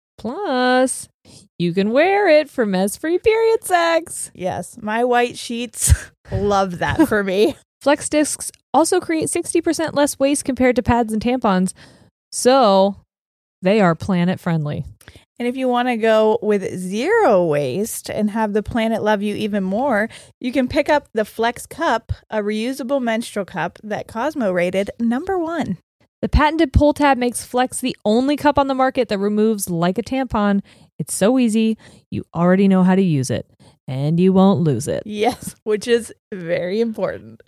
Speaker 6: Plus, you can wear it for mess free period sex.
Speaker 3: Yes, my white sheets love that for me.
Speaker 6: Flex discs also create 60% less waste compared to pads and tampons. So they are planet friendly.
Speaker 3: And if you want to go with zero waste and have the planet love you even more, you can pick up the Flex Cup, a reusable menstrual cup that Cosmo rated number one.
Speaker 6: The patented pull tab makes Flex the only cup on the market that removes like a tampon. It's so easy, you already know how to use it, and you won't lose it.
Speaker 3: Yes, which is very important.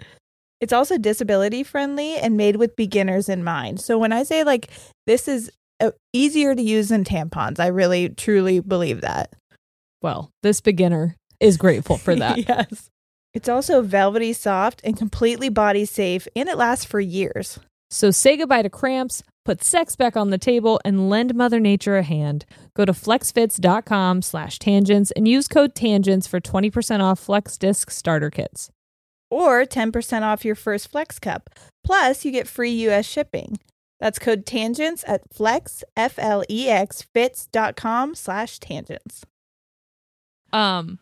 Speaker 3: It's also disability friendly and made with beginners in mind. So when I say like this is uh, easier to use than tampons, I really truly believe that.
Speaker 6: Well, this beginner is grateful for that.
Speaker 3: yes. It's also velvety soft and completely body safe and it lasts for years.
Speaker 6: So say goodbye to cramps, put sex back on the table, and lend Mother Nature a hand. Go to flexfits.com slash tangents and use code tangents for 20% off Flex Disc starter kits.
Speaker 3: or 10% off your first Flex Cup. Plus, you get free US shipping. That's code tangents at flex, F L E X, fits.com slash tangents.
Speaker 1: Um,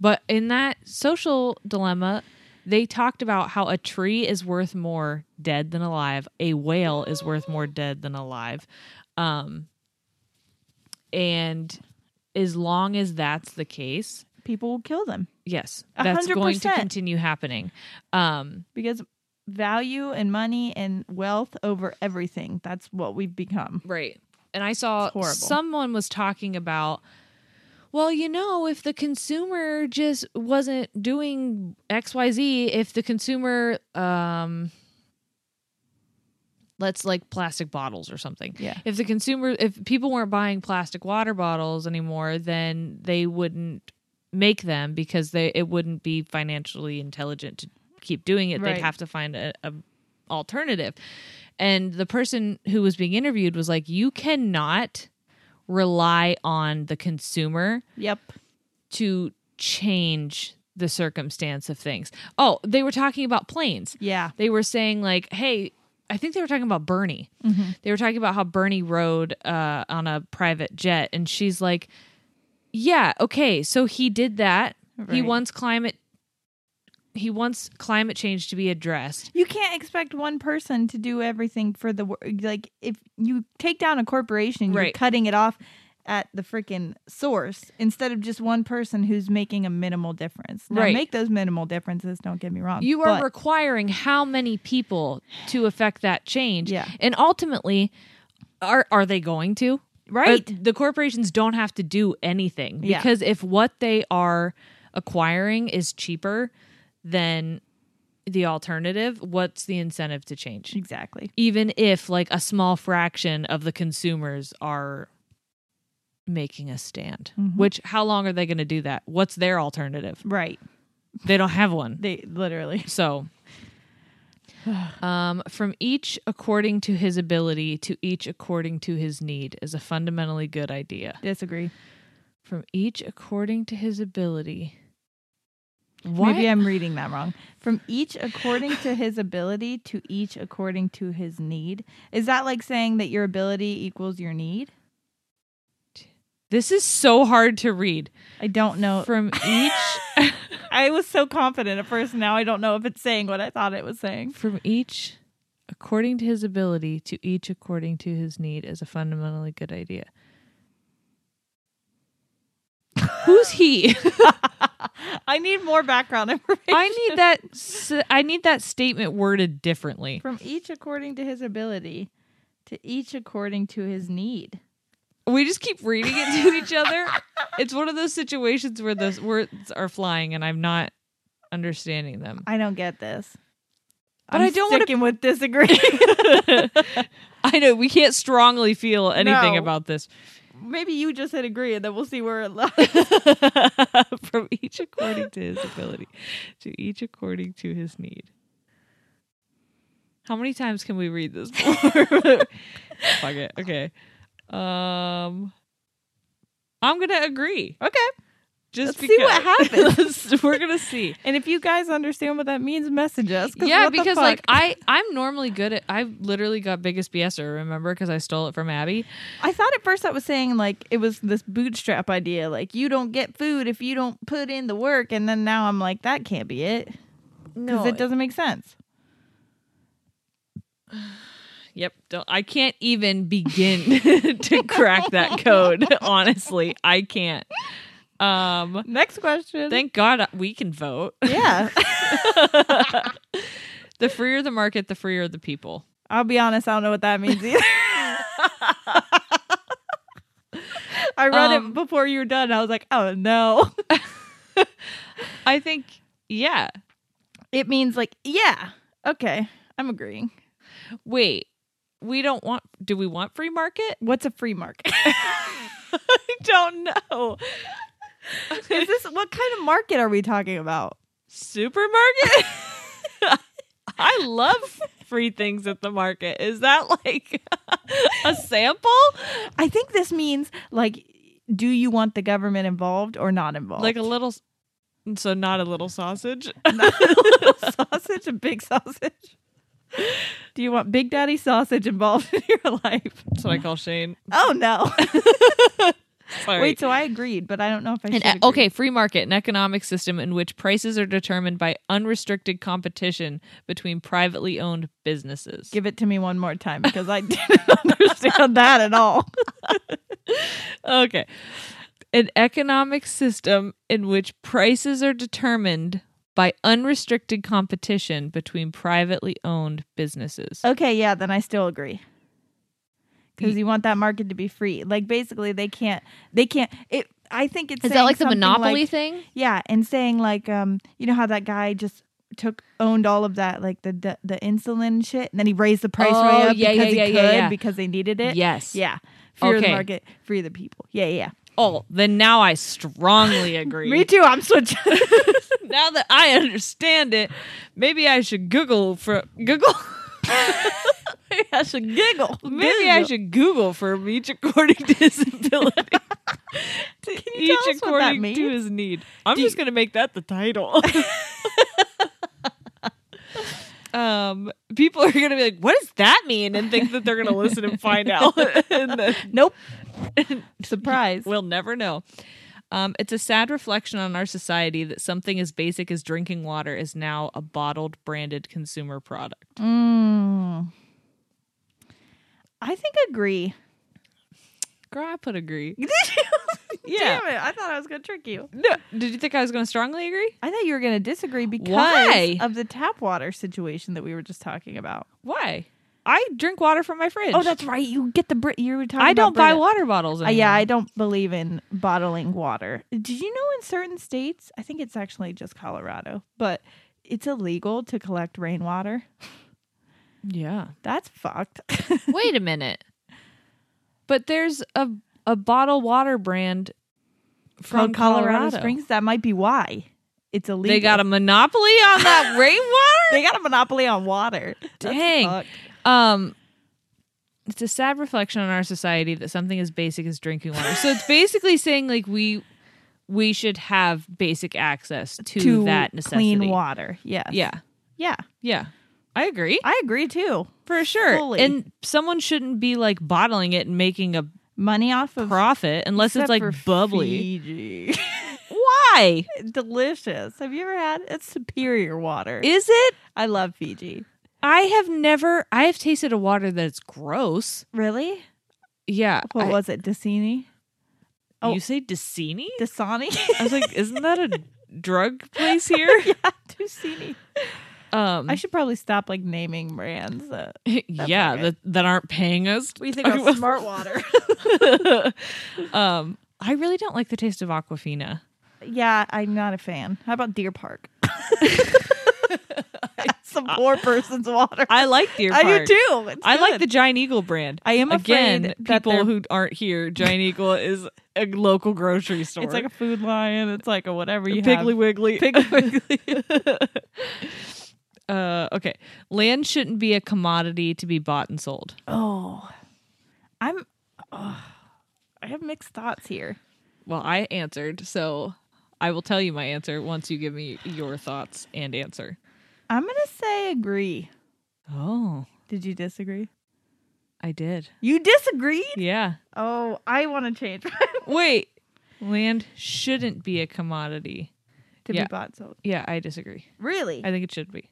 Speaker 1: but in that social dilemma, they talked about how a tree is worth more dead than alive. A whale is worth more dead than alive. Um, and as long as that's the case,
Speaker 7: people will kill them
Speaker 1: yes,
Speaker 3: A
Speaker 1: that's
Speaker 3: hundred
Speaker 1: going to
Speaker 3: percent.
Speaker 1: continue happening. Um,
Speaker 7: because value and money and wealth over everything. That's what we've become.
Speaker 1: Right. And I saw
Speaker 7: It's horrible.
Speaker 1: someone was talking about, well, you know, if the consumer just wasn't doing XYZ, if the consumer, um, let's like plastic bottles or something.
Speaker 7: Yeah.
Speaker 1: If the consumer, if people weren't buying plastic water bottles anymore, then they wouldn't make them because they it wouldn't be financially intelligent to keep doing it.
Speaker 7: Right.
Speaker 1: They'd have to find a, a alternative. And the person who was being interviewed was like, "You cannot rely on the consumer
Speaker 7: Yep.
Speaker 1: to change the circumstance of things." Oh, they were talking about planes
Speaker 7: Yeah.
Speaker 1: they were saying like hey i think they were talking about bernie
Speaker 3: Mm-hmm.
Speaker 1: they were talking about how bernie rode uh, on a private jet and she's like yeah okay so he did that he
Speaker 7: Right.
Speaker 1: wants climate he wants climate change to be addressed
Speaker 7: You can't expect one person to do everything for the wor- like if you take down a corporation, you're
Speaker 1: Right.
Speaker 7: cutting it off
Speaker 3: at the freaking source instead of just one person who's making a minimal difference. Now,
Speaker 1: Right.
Speaker 3: Make those minimal differences. Don't get me wrong.
Speaker 1: You are
Speaker 3: but-
Speaker 1: requiring how many people to affect that change?
Speaker 3: Yeah.
Speaker 1: And ultimately, are are they going to?
Speaker 3: Right.
Speaker 1: Uh, the corporations don't have to do anything
Speaker 3: Yeah.
Speaker 1: because if what they are acquiring is cheaper than the alternative, what's the incentive to change?
Speaker 3: exactly.
Speaker 1: Even if like a small fraction of the consumers are making a stand,
Speaker 3: Mm-hmm.
Speaker 1: which how long are they going to do that? What's their alternative?
Speaker 3: Right.
Speaker 1: They don't have one.
Speaker 3: They literally.
Speaker 1: So, um, from each according to his ability to each according to his need is a fundamentally good idea.
Speaker 3: Disagree.
Speaker 1: From each according to his ability. Why?
Speaker 3: Maybe I'm reading that wrong. From each according to his ability to each according to his need. Is that like saying that your ability equals your need?
Speaker 1: this is so hard to read.
Speaker 3: I don't know.
Speaker 1: From each,
Speaker 3: I was so confident at first. Now I don't know if it's saying what I thought it was saying.
Speaker 1: from each according to his ability to each according to his need is a fundamentally good idea. Who's he?
Speaker 3: I need more background information.
Speaker 1: I need that. s- I need that statement worded differently.
Speaker 3: From each according to his ability, to each according to his need.
Speaker 1: we just keep reading it to each other. It's one of those situations where those words are flying and I'm not understanding them.
Speaker 3: I don't get this.
Speaker 1: But
Speaker 3: I'm
Speaker 1: I don't wanna-
Speaker 3: sticking with disagree.
Speaker 1: I know we can't strongly feel anything
Speaker 3: No.
Speaker 1: about this
Speaker 3: Maybe you just hit agree, and then we'll see where it lies.
Speaker 1: from each according to his ability, to each according to his need. How many times can we read this? before- Fuck it. Okay. Um, I'm gonna agree.
Speaker 3: Okay.
Speaker 1: Just
Speaker 3: Let's see what
Speaker 1: because- We're gonna see.
Speaker 3: And if you guys understand what that means, message us.
Speaker 1: yeah
Speaker 3: what the
Speaker 1: because like
Speaker 3: fuck?
Speaker 1: i i'm normally good at i literally got biggest bser remember because i stole it from abby
Speaker 3: I thought at first that was saying like it was this bootstrap idea, like you don't get food if you don't put in the work, and then now I'm like that can't be it because it doesn't make sense.
Speaker 1: yep don't, i can't even begin to crack that code honestly i can't um
Speaker 3: Next question.
Speaker 1: thank god we can vote
Speaker 3: yeah,
Speaker 1: the freer the market the freer the people
Speaker 3: I'll be honest, I don't know what that means either. I read
Speaker 1: Um,
Speaker 3: it before you were done. I was like, oh no.
Speaker 1: i think yeah
Speaker 3: It means like yeah, okay, I'm agreeing.
Speaker 1: wait we don't want do we want free market
Speaker 3: What's a free market?
Speaker 1: i don't know
Speaker 3: Is this what kind of market are we talking about?
Speaker 1: supermarket i love free things at the market is that like a sample
Speaker 3: I think this means like, do you want the government involved or not involved?
Speaker 1: like a little so not a little sausage
Speaker 3: sausage, a big sausage. Do you want Big Daddy sausage involved in your life?
Speaker 1: that's what i call shane
Speaker 3: Oh no!
Speaker 1: Sorry.
Speaker 3: Wait, so I agreed, but I don't know if I should.
Speaker 1: an,
Speaker 3: agree.
Speaker 1: uh, okay free market an economic system in which prices are determined by unrestricted competition between privately owned businesses
Speaker 3: give it to me one more time because I didn't understand that at all.
Speaker 1: okay an economic system in which prices are determined by unrestricted competition between privately owned businesses
Speaker 3: Okay, yeah, then I still agree. Because you want that market to be free. Like basically, they can't. They can't. It. I think it's.
Speaker 1: Is that
Speaker 3: saying
Speaker 1: like the
Speaker 3: something
Speaker 1: monopoly
Speaker 3: like-
Speaker 1: thing?
Speaker 3: Yeah, and saying like, um, you know how that guy just took owned all of that, like the the, the insulin shit, and then he raised the price way
Speaker 1: Oh,
Speaker 3: up
Speaker 1: yeah, yeah,
Speaker 3: because he
Speaker 1: yeah, yeah,
Speaker 3: could
Speaker 1: yeah.
Speaker 3: because they needed it.
Speaker 1: Yes.
Speaker 3: Yeah. Free the
Speaker 1: Okay.
Speaker 3: market, free the people. Yeah, yeah.
Speaker 1: Oh, then now I strongly agree.
Speaker 3: Me too. I'm switching.
Speaker 1: Now that I understand it, maybe I should Google for Google. maybe I should
Speaker 3: Giggle.
Speaker 1: maybe I should Google for each according to his ability. to
Speaker 3: you tell
Speaker 1: each
Speaker 3: us what that
Speaker 1: according to
Speaker 3: means?
Speaker 1: his need. I'm just gonna make that the title. um, people are gonna be like, "What does that mean?" and think that they're gonna listen and find out. and then
Speaker 3: Nope. Surprise.
Speaker 1: We'll never know. Um, it's a sad reflection on our society that something as basic as drinking water is now a bottled, branded consumer product.
Speaker 3: Mm. I think agree.
Speaker 1: Girl, I put agree.
Speaker 3: Damn
Speaker 1: Yeah.
Speaker 3: it. I thought I was going to trick you.
Speaker 1: No, did you think I was going to strongly agree?
Speaker 3: I thought you were going to disagree because
Speaker 1: Why?
Speaker 3: of the tap water situation that we were just talking about.
Speaker 1: Why? I drink water from my fridge.
Speaker 3: Oh, that's right. You get the Brit. You were talking
Speaker 1: I don't
Speaker 3: about
Speaker 1: buy
Speaker 3: Brita.
Speaker 1: water bottles.
Speaker 3: Uh, yeah,
Speaker 1: anymore.
Speaker 3: I don't believe in bottling water. Did you know in certain states, I think it's actually just Colorado, but it's illegal to collect rainwater?
Speaker 1: yeah.
Speaker 3: That's fucked.
Speaker 1: Wait a minute. But there's a a bottle water brand from
Speaker 3: Called Colorado,
Speaker 1: Colorado.
Speaker 3: Springs, that might be why it's illegal.
Speaker 1: They got a monopoly on that rainwater.
Speaker 3: they got a monopoly on water. That's
Speaker 1: Dang.
Speaker 3: fucked.
Speaker 1: Um, it's a sad reflection on our society that something as basic as drinking water. So it's basically saying like we we should have basic access to,
Speaker 3: To
Speaker 1: that necessity.
Speaker 3: clean water. Yes.
Speaker 1: Yeah,
Speaker 3: Yeah.
Speaker 1: yeah, I agree
Speaker 3: I agree too.
Speaker 1: for sure.
Speaker 3: fully.
Speaker 1: And someone shouldn't be like bottling it and making a
Speaker 3: Money off of
Speaker 1: profit unless
Speaker 3: except
Speaker 1: it's like
Speaker 3: for
Speaker 1: bubbly.
Speaker 3: Fiji.
Speaker 1: Why
Speaker 3: Delicious. Have you ever had? It's superior water.
Speaker 1: is it?
Speaker 3: I love Fiji.
Speaker 1: I have never. I have tasted a water that's gross.
Speaker 3: Really?
Speaker 1: Yeah,
Speaker 3: What
Speaker 1: I-
Speaker 3: was it? Dicini? oh.
Speaker 1: Oh, you say Dicini?
Speaker 3: Dasani?
Speaker 1: I was like, isn't that a drug place here?
Speaker 3: yeah, Dicini.
Speaker 1: Um,
Speaker 3: I should probably stop like naming brands. That
Speaker 1: yeah,
Speaker 3: okay.
Speaker 1: that, that aren't paying us.
Speaker 3: we think of smart water.
Speaker 1: um, I really don't like the taste of Aquafina.
Speaker 3: yeah, I'm not a fan. How about Deer Park? That's some poor person's water.
Speaker 1: I like Deer Park.
Speaker 3: I do too. It's
Speaker 1: I like
Speaker 3: good.
Speaker 1: the Giant Eagle brand.
Speaker 3: I am
Speaker 1: Again,
Speaker 3: afraid that
Speaker 1: people
Speaker 3: they're-
Speaker 1: who aren't here, Giant Eagle is a local grocery store.
Speaker 3: It's like a food lion. It's like a whatever you
Speaker 1: Piggly
Speaker 3: have.
Speaker 1: Wiggly.
Speaker 3: Piggly
Speaker 1: Wiggly. uh, okay. Land shouldn't be a commodity to be bought and sold.
Speaker 3: Oh, I'm. oh, I have mixed thoughts here.
Speaker 1: Well, I answered, so I will tell you my answer once you give me your thoughts and answer.
Speaker 3: I'm gonna say agree.
Speaker 1: Oh,
Speaker 3: Did you disagree?
Speaker 1: I did.
Speaker 3: You disagreed?
Speaker 1: Yeah.
Speaker 3: Oh, I want to change
Speaker 1: Wait. Land shouldn't be a commodity.
Speaker 3: to
Speaker 1: Yeah.
Speaker 3: be bought sold.
Speaker 1: Yeah, I disagree.
Speaker 3: Really?
Speaker 1: I think it should be.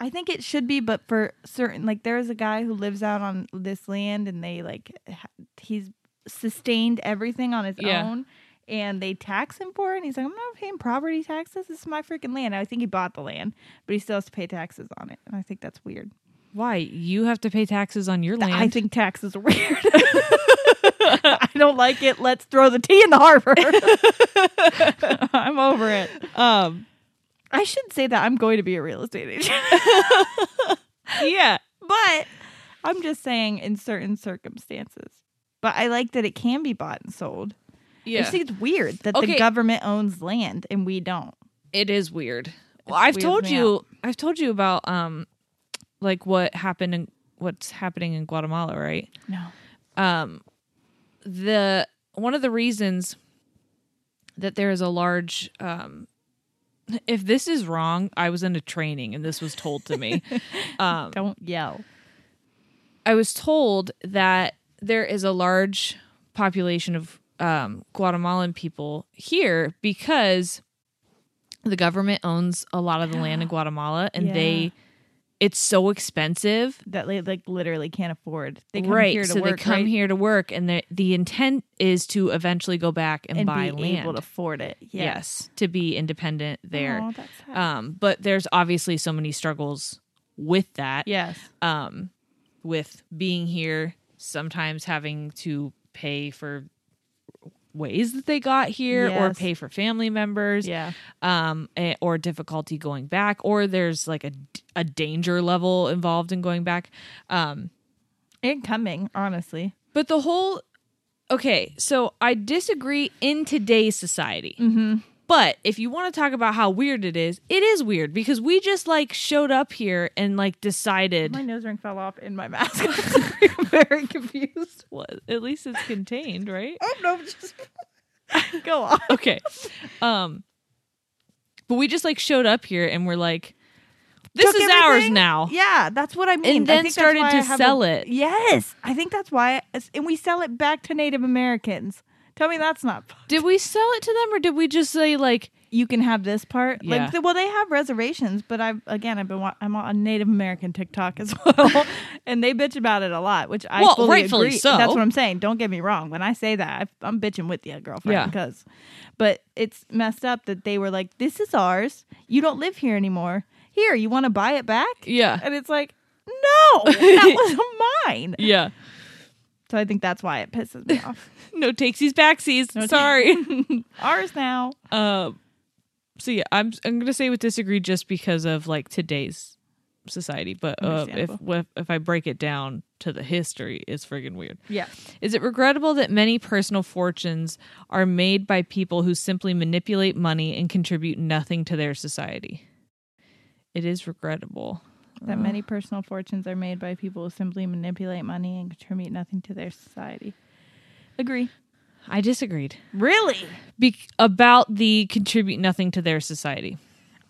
Speaker 3: I think it should be, but for certain, like there is a guy who lives out on this land, and they like ha- he's sustained everything on his
Speaker 1: Yeah.
Speaker 3: own, and they tax him for it. And he's like, I'm not paying property taxes. This is my freaking land. I think he bought the land, but he still has to pay taxes on it, and I think that's weird.
Speaker 1: Why? You have to pay taxes on your land.
Speaker 3: I think taxes are weird. I don't like it. Let's throw the tea in the harbor. I'm over it.
Speaker 1: um
Speaker 3: I should say that I'm going to be a real estate agent.
Speaker 1: yeah.
Speaker 3: but I'm just saying in certain circumstances. But I like that it can be bought and sold. I
Speaker 1: Yeah.
Speaker 3: just think it's weird that
Speaker 1: Okay.
Speaker 3: the government owns land and we don't.
Speaker 1: It is weird. Well, I've
Speaker 3: weirds
Speaker 1: told
Speaker 3: me
Speaker 1: you I've told you about um like what happened in what's happening in Guatemala, right?
Speaker 3: No.
Speaker 1: um the one of the reasons that there is a large um if this is wrong i was in a training and this was told to me um
Speaker 3: Don't yell.
Speaker 1: i was told that there is a large population of um guatemalan people here because the government owns a lot of the land in guatemala and
Speaker 3: Yeah.
Speaker 1: they it's so expensive
Speaker 3: That they like literally can't afford. They come
Speaker 1: right,
Speaker 3: here to
Speaker 1: so
Speaker 3: work
Speaker 1: they come
Speaker 3: right?
Speaker 1: here to work, and the the intent is to eventually go back and,
Speaker 3: and
Speaker 1: buy
Speaker 3: be
Speaker 1: land.
Speaker 3: able to afford it. Yeah.
Speaker 1: Yes, to be independent
Speaker 3: Aw,
Speaker 1: there.
Speaker 3: that's sad.
Speaker 1: um, but there's obviously so many struggles with that.
Speaker 3: yes.
Speaker 1: Um, with being here, sometimes having to pay for ways that they got here, or
Speaker 3: Yes.
Speaker 1: pay for family members
Speaker 3: Yeah.
Speaker 1: um, eh, or difficulty going back, or there's like a, a danger level involved in going back. Um,
Speaker 3: And coming, honestly.
Speaker 1: but the whole okay, so I disagree in today's society.
Speaker 3: Mm-hmm.
Speaker 1: But if you want to talk about how weird it is, it is weird because we just like showed up here and like decided.
Speaker 3: My nose ring fell off in my mask. I'm very confused.
Speaker 1: Well, at least it's contained, right?
Speaker 3: Oh no, just go on.
Speaker 1: okay. Um but we just like showed up here and we're like this
Speaker 3: Took
Speaker 1: is ours
Speaker 3: everything?
Speaker 1: now.
Speaker 3: Yeah, that's what I mean.
Speaker 1: And then
Speaker 3: I think that's
Speaker 1: started
Speaker 3: why
Speaker 1: to
Speaker 3: I have
Speaker 1: sell
Speaker 3: a-
Speaker 1: it.
Speaker 3: Yes, I think that's why, and we sell it back to Native Americans. Tell me that's not.
Speaker 1: Did we sell it to them or did we just say like
Speaker 3: you can have this part.
Speaker 1: Yeah.
Speaker 3: Like, th- well, they have reservations, but I've again, I've been wa- I'm on Native American TikTok as well, and they bitch about it a lot, which I
Speaker 1: Well,
Speaker 3: fully
Speaker 1: rightfully
Speaker 3: agree.
Speaker 1: so.
Speaker 3: That's what I'm saying. Don't get me wrong. When I say that, I, I'm bitching with you, girlfriend.
Speaker 1: Yeah.
Speaker 3: Because, but it's messed up that they were like, "This is ours. You don't live here anymore. Here, you want to buy it back?"
Speaker 1: Yeah.
Speaker 3: And it's like, no, that was mine.
Speaker 1: Yeah.
Speaker 3: So I think that's why it pisses me off.
Speaker 1: No takesies, backsies. Sorry.
Speaker 3: Ours now.
Speaker 1: Um, so yeah, I'm I'm gonna say with disagree just because of like today's society, but uh, if if if I break it down to the history, it's friggin' weird.
Speaker 3: Yeah.
Speaker 1: Is it regrettable that many personal fortunes are made by people who simply manipulate money and contribute nothing to their society? It is regrettable.
Speaker 3: That many personal fortunes are made by people who simply manipulate money and contribute nothing to their society. Agree.
Speaker 1: I disagreed
Speaker 3: Really?
Speaker 1: Be- about the contribute nothing to their society.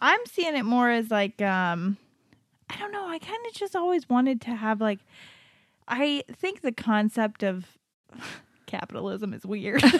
Speaker 3: I'm seeing it more as like um I don't know, I kind of just always wanted to have like I think the concept of capitalism is weird. but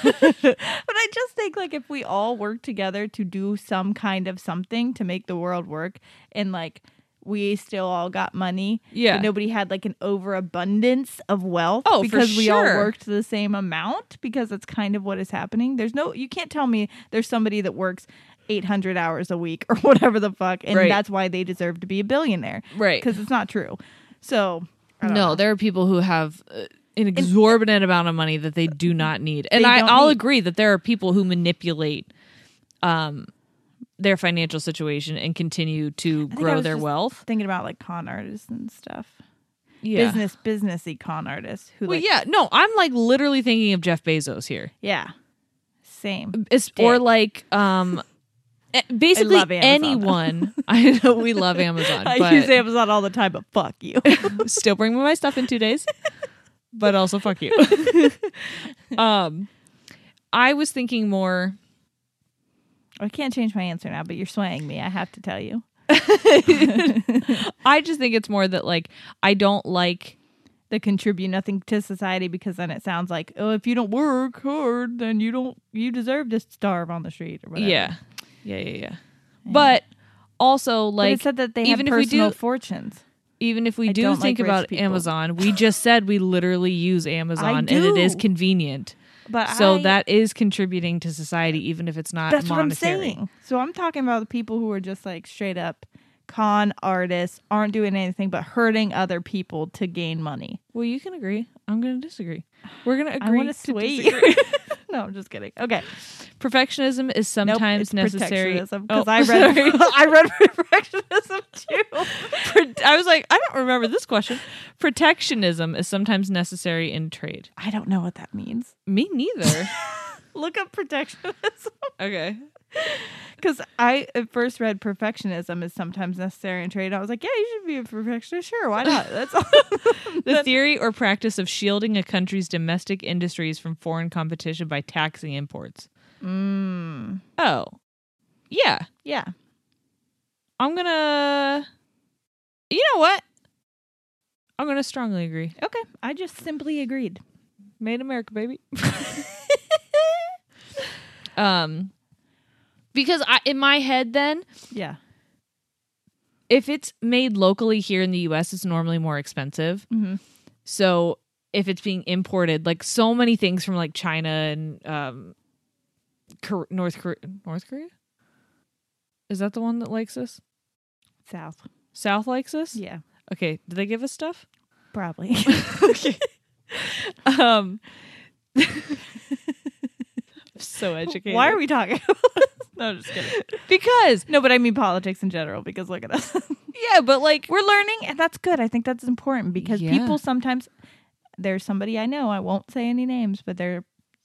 Speaker 3: I just think like if we all work together to do some kind of something to make the world work and like we still all got money.
Speaker 1: Yeah.
Speaker 3: But nobody had like an overabundance of wealth
Speaker 1: Oh, for
Speaker 3: because we all
Speaker 1: sure.
Speaker 3: worked the same amount because that's kind of what is happening. There's no you can't tell me there's somebody that works 800 hours a week or whatever the fuck and
Speaker 1: Right.
Speaker 3: that's why they deserve to be a billionaire.
Speaker 1: Right.
Speaker 3: Because it's not true. So I don't
Speaker 1: no,
Speaker 3: know.
Speaker 1: there are people who have uh, an exorbitant amount of money that they do not need, and
Speaker 3: They
Speaker 1: I,
Speaker 3: don't
Speaker 1: I'll
Speaker 3: need.
Speaker 1: agree that there are people who manipulate um, their financial situation and continue to
Speaker 3: I think I
Speaker 1: grow
Speaker 3: was
Speaker 1: their
Speaker 3: just
Speaker 1: wealth.
Speaker 3: Thinking about like con artists and stuff.
Speaker 1: Yeah.
Speaker 3: Business businessy con artists who
Speaker 1: Well,
Speaker 3: like
Speaker 1: yeah, no, I'm like literally thinking of Jeff Bezos here,
Speaker 3: yeah. Same.
Speaker 1: it's, or like um, e- basically
Speaker 3: love Amazon, though.
Speaker 1: anyone. I know we love Amazon,
Speaker 3: I
Speaker 1: but
Speaker 3: use Amazon all the time, but fuck you.
Speaker 1: still bring me my stuff in two days. But also fuck you. um, I was thinking more.
Speaker 3: I can't change my answer now, but you're swaying me. I have to tell you.
Speaker 1: I just think it's more that like I don't like
Speaker 3: that contribute nothing to society because then it sounds like oh if you don't work hard then you don't you deserve to starve on the street or whatever.
Speaker 1: yeah. yeah. Yeah, yeah, But also
Speaker 3: But
Speaker 1: like
Speaker 3: it said that they
Speaker 1: even
Speaker 3: have
Speaker 1: if we
Speaker 3: personal
Speaker 1: do
Speaker 3: fortunes.
Speaker 1: even if we
Speaker 3: I
Speaker 1: do
Speaker 3: don't
Speaker 1: think
Speaker 3: like rich
Speaker 1: about
Speaker 3: people.
Speaker 1: Amazon, we just said we literally use Amazon and it is
Speaker 3: do.
Speaker 1: convenient.
Speaker 3: But
Speaker 1: so
Speaker 3: I-
Speaker 1: that is contributing to society even if it's not
Speaker 3: that's what I'm
Speaker 1: monetary.
Speaker 3: saying. So I'm talking about the people who are just like straight up con artists, aren't doing anything but hurting other people to gain money.
Speaker 1: Well, you can agree. I'm going to disagree. We're going to
Speaker 3: I
Speaker 1: agree
Speaker 3: want to sway
Speaker 1: disagree.
Speaker 3: you. no, I'm just kidding. Okay,
Speaker 1: Perfectionism is
Speaker 3: nope,
Speaker 1: sometimes
Speaker 3: it's
Speaker 1: necessary.
Speaker 3: Because
Speaker 1: Oh,
Speaker 3: I read,
Speaker 1: sorry.
Speaker 3: I read perfectionism too.
Speaker 1: Pro- I was like, I don't remember this question. Protectionism is sometimes necessary in trade.
Speaker 3: I don't know what that means.
Speaker 1: Me neither.
Speaker 3: Look up protectionism.
Speaker 1: okay.
Speaker 3: Because I at first read perfectionism is sometimes necessary in trade. I was like, yeah, you should be a perfectionist. Sure, why not? That's all.
Speaker 1: The theory or practice of shielding a country's domestic industries from foreign competition by taxing imports. Oh. Yeah.
Speaker 3: Mm, yeah.
Speaker 1: I'm going to. You know what? I'm going to strongly agree.
Speaker 3: Okay. I just simply agreed.
Speaker 1: Made in America, baby. um, because I, in my head, then,
Speaker 3: Yeah.
Speaker 1: if it's made locally here in the US, it's normally more expensive.
Speaker 3: Mhm.
Speaker 1: So if it's being imported, like so many things from like China and um, Kor- North Korea, North Korea, is that the one that likes us?
Speaker 3: South.
Speaker 1: South likes us.
Speaker 3: Yeah.
Speaker 1: Okay. Do they give us stuff?
Speaker 3: Probably.
Speaker 1: Um. I'm so educated.
Speaker 3: why are we talking? no, I'm just kidding.
Speaker 1: Because
Speaker 3: No, but I mean politics in general because look at us.
Speaker 1: yeah, but like
Speaker 3: We're learning, and that's good. I think that's important because
Speaker 1: Yeah.
Speaker 3: people sometimes, there's somebody I know, I won't say any names, but there are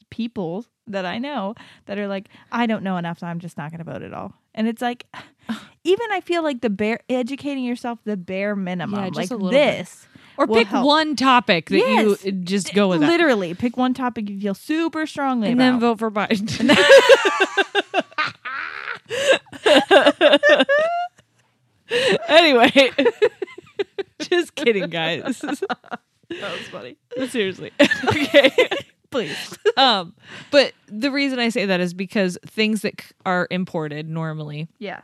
Speaker 3: people that I know that are like, I don't know enough, so I'm just not going to vote at all. And it's like, even I feel like the bare, educating yourself the bare minimum,
Speaker 1: Yeah, just
Speaker 3: like
Speaker 1: a little bit.
Speaker 3: this.
Speaker 1: or
Speaker 3: will
Speaker 1: pick
Speaker 3: help.
Speaker 1: one topic that
Speaker 3: Yes.
Speaker 1: you just go with that.
Speaker 3: Literally, pick one topic you feel super strongly
Speaker 1: and
Speaker 3: about.
Speaker 1: then vote for Biden. anyway, just kidding, guys. that was funny. Seriously, okay, please. Um, but the the reason I say that is because things that c- are imported normally
Speaker 3: Yeah.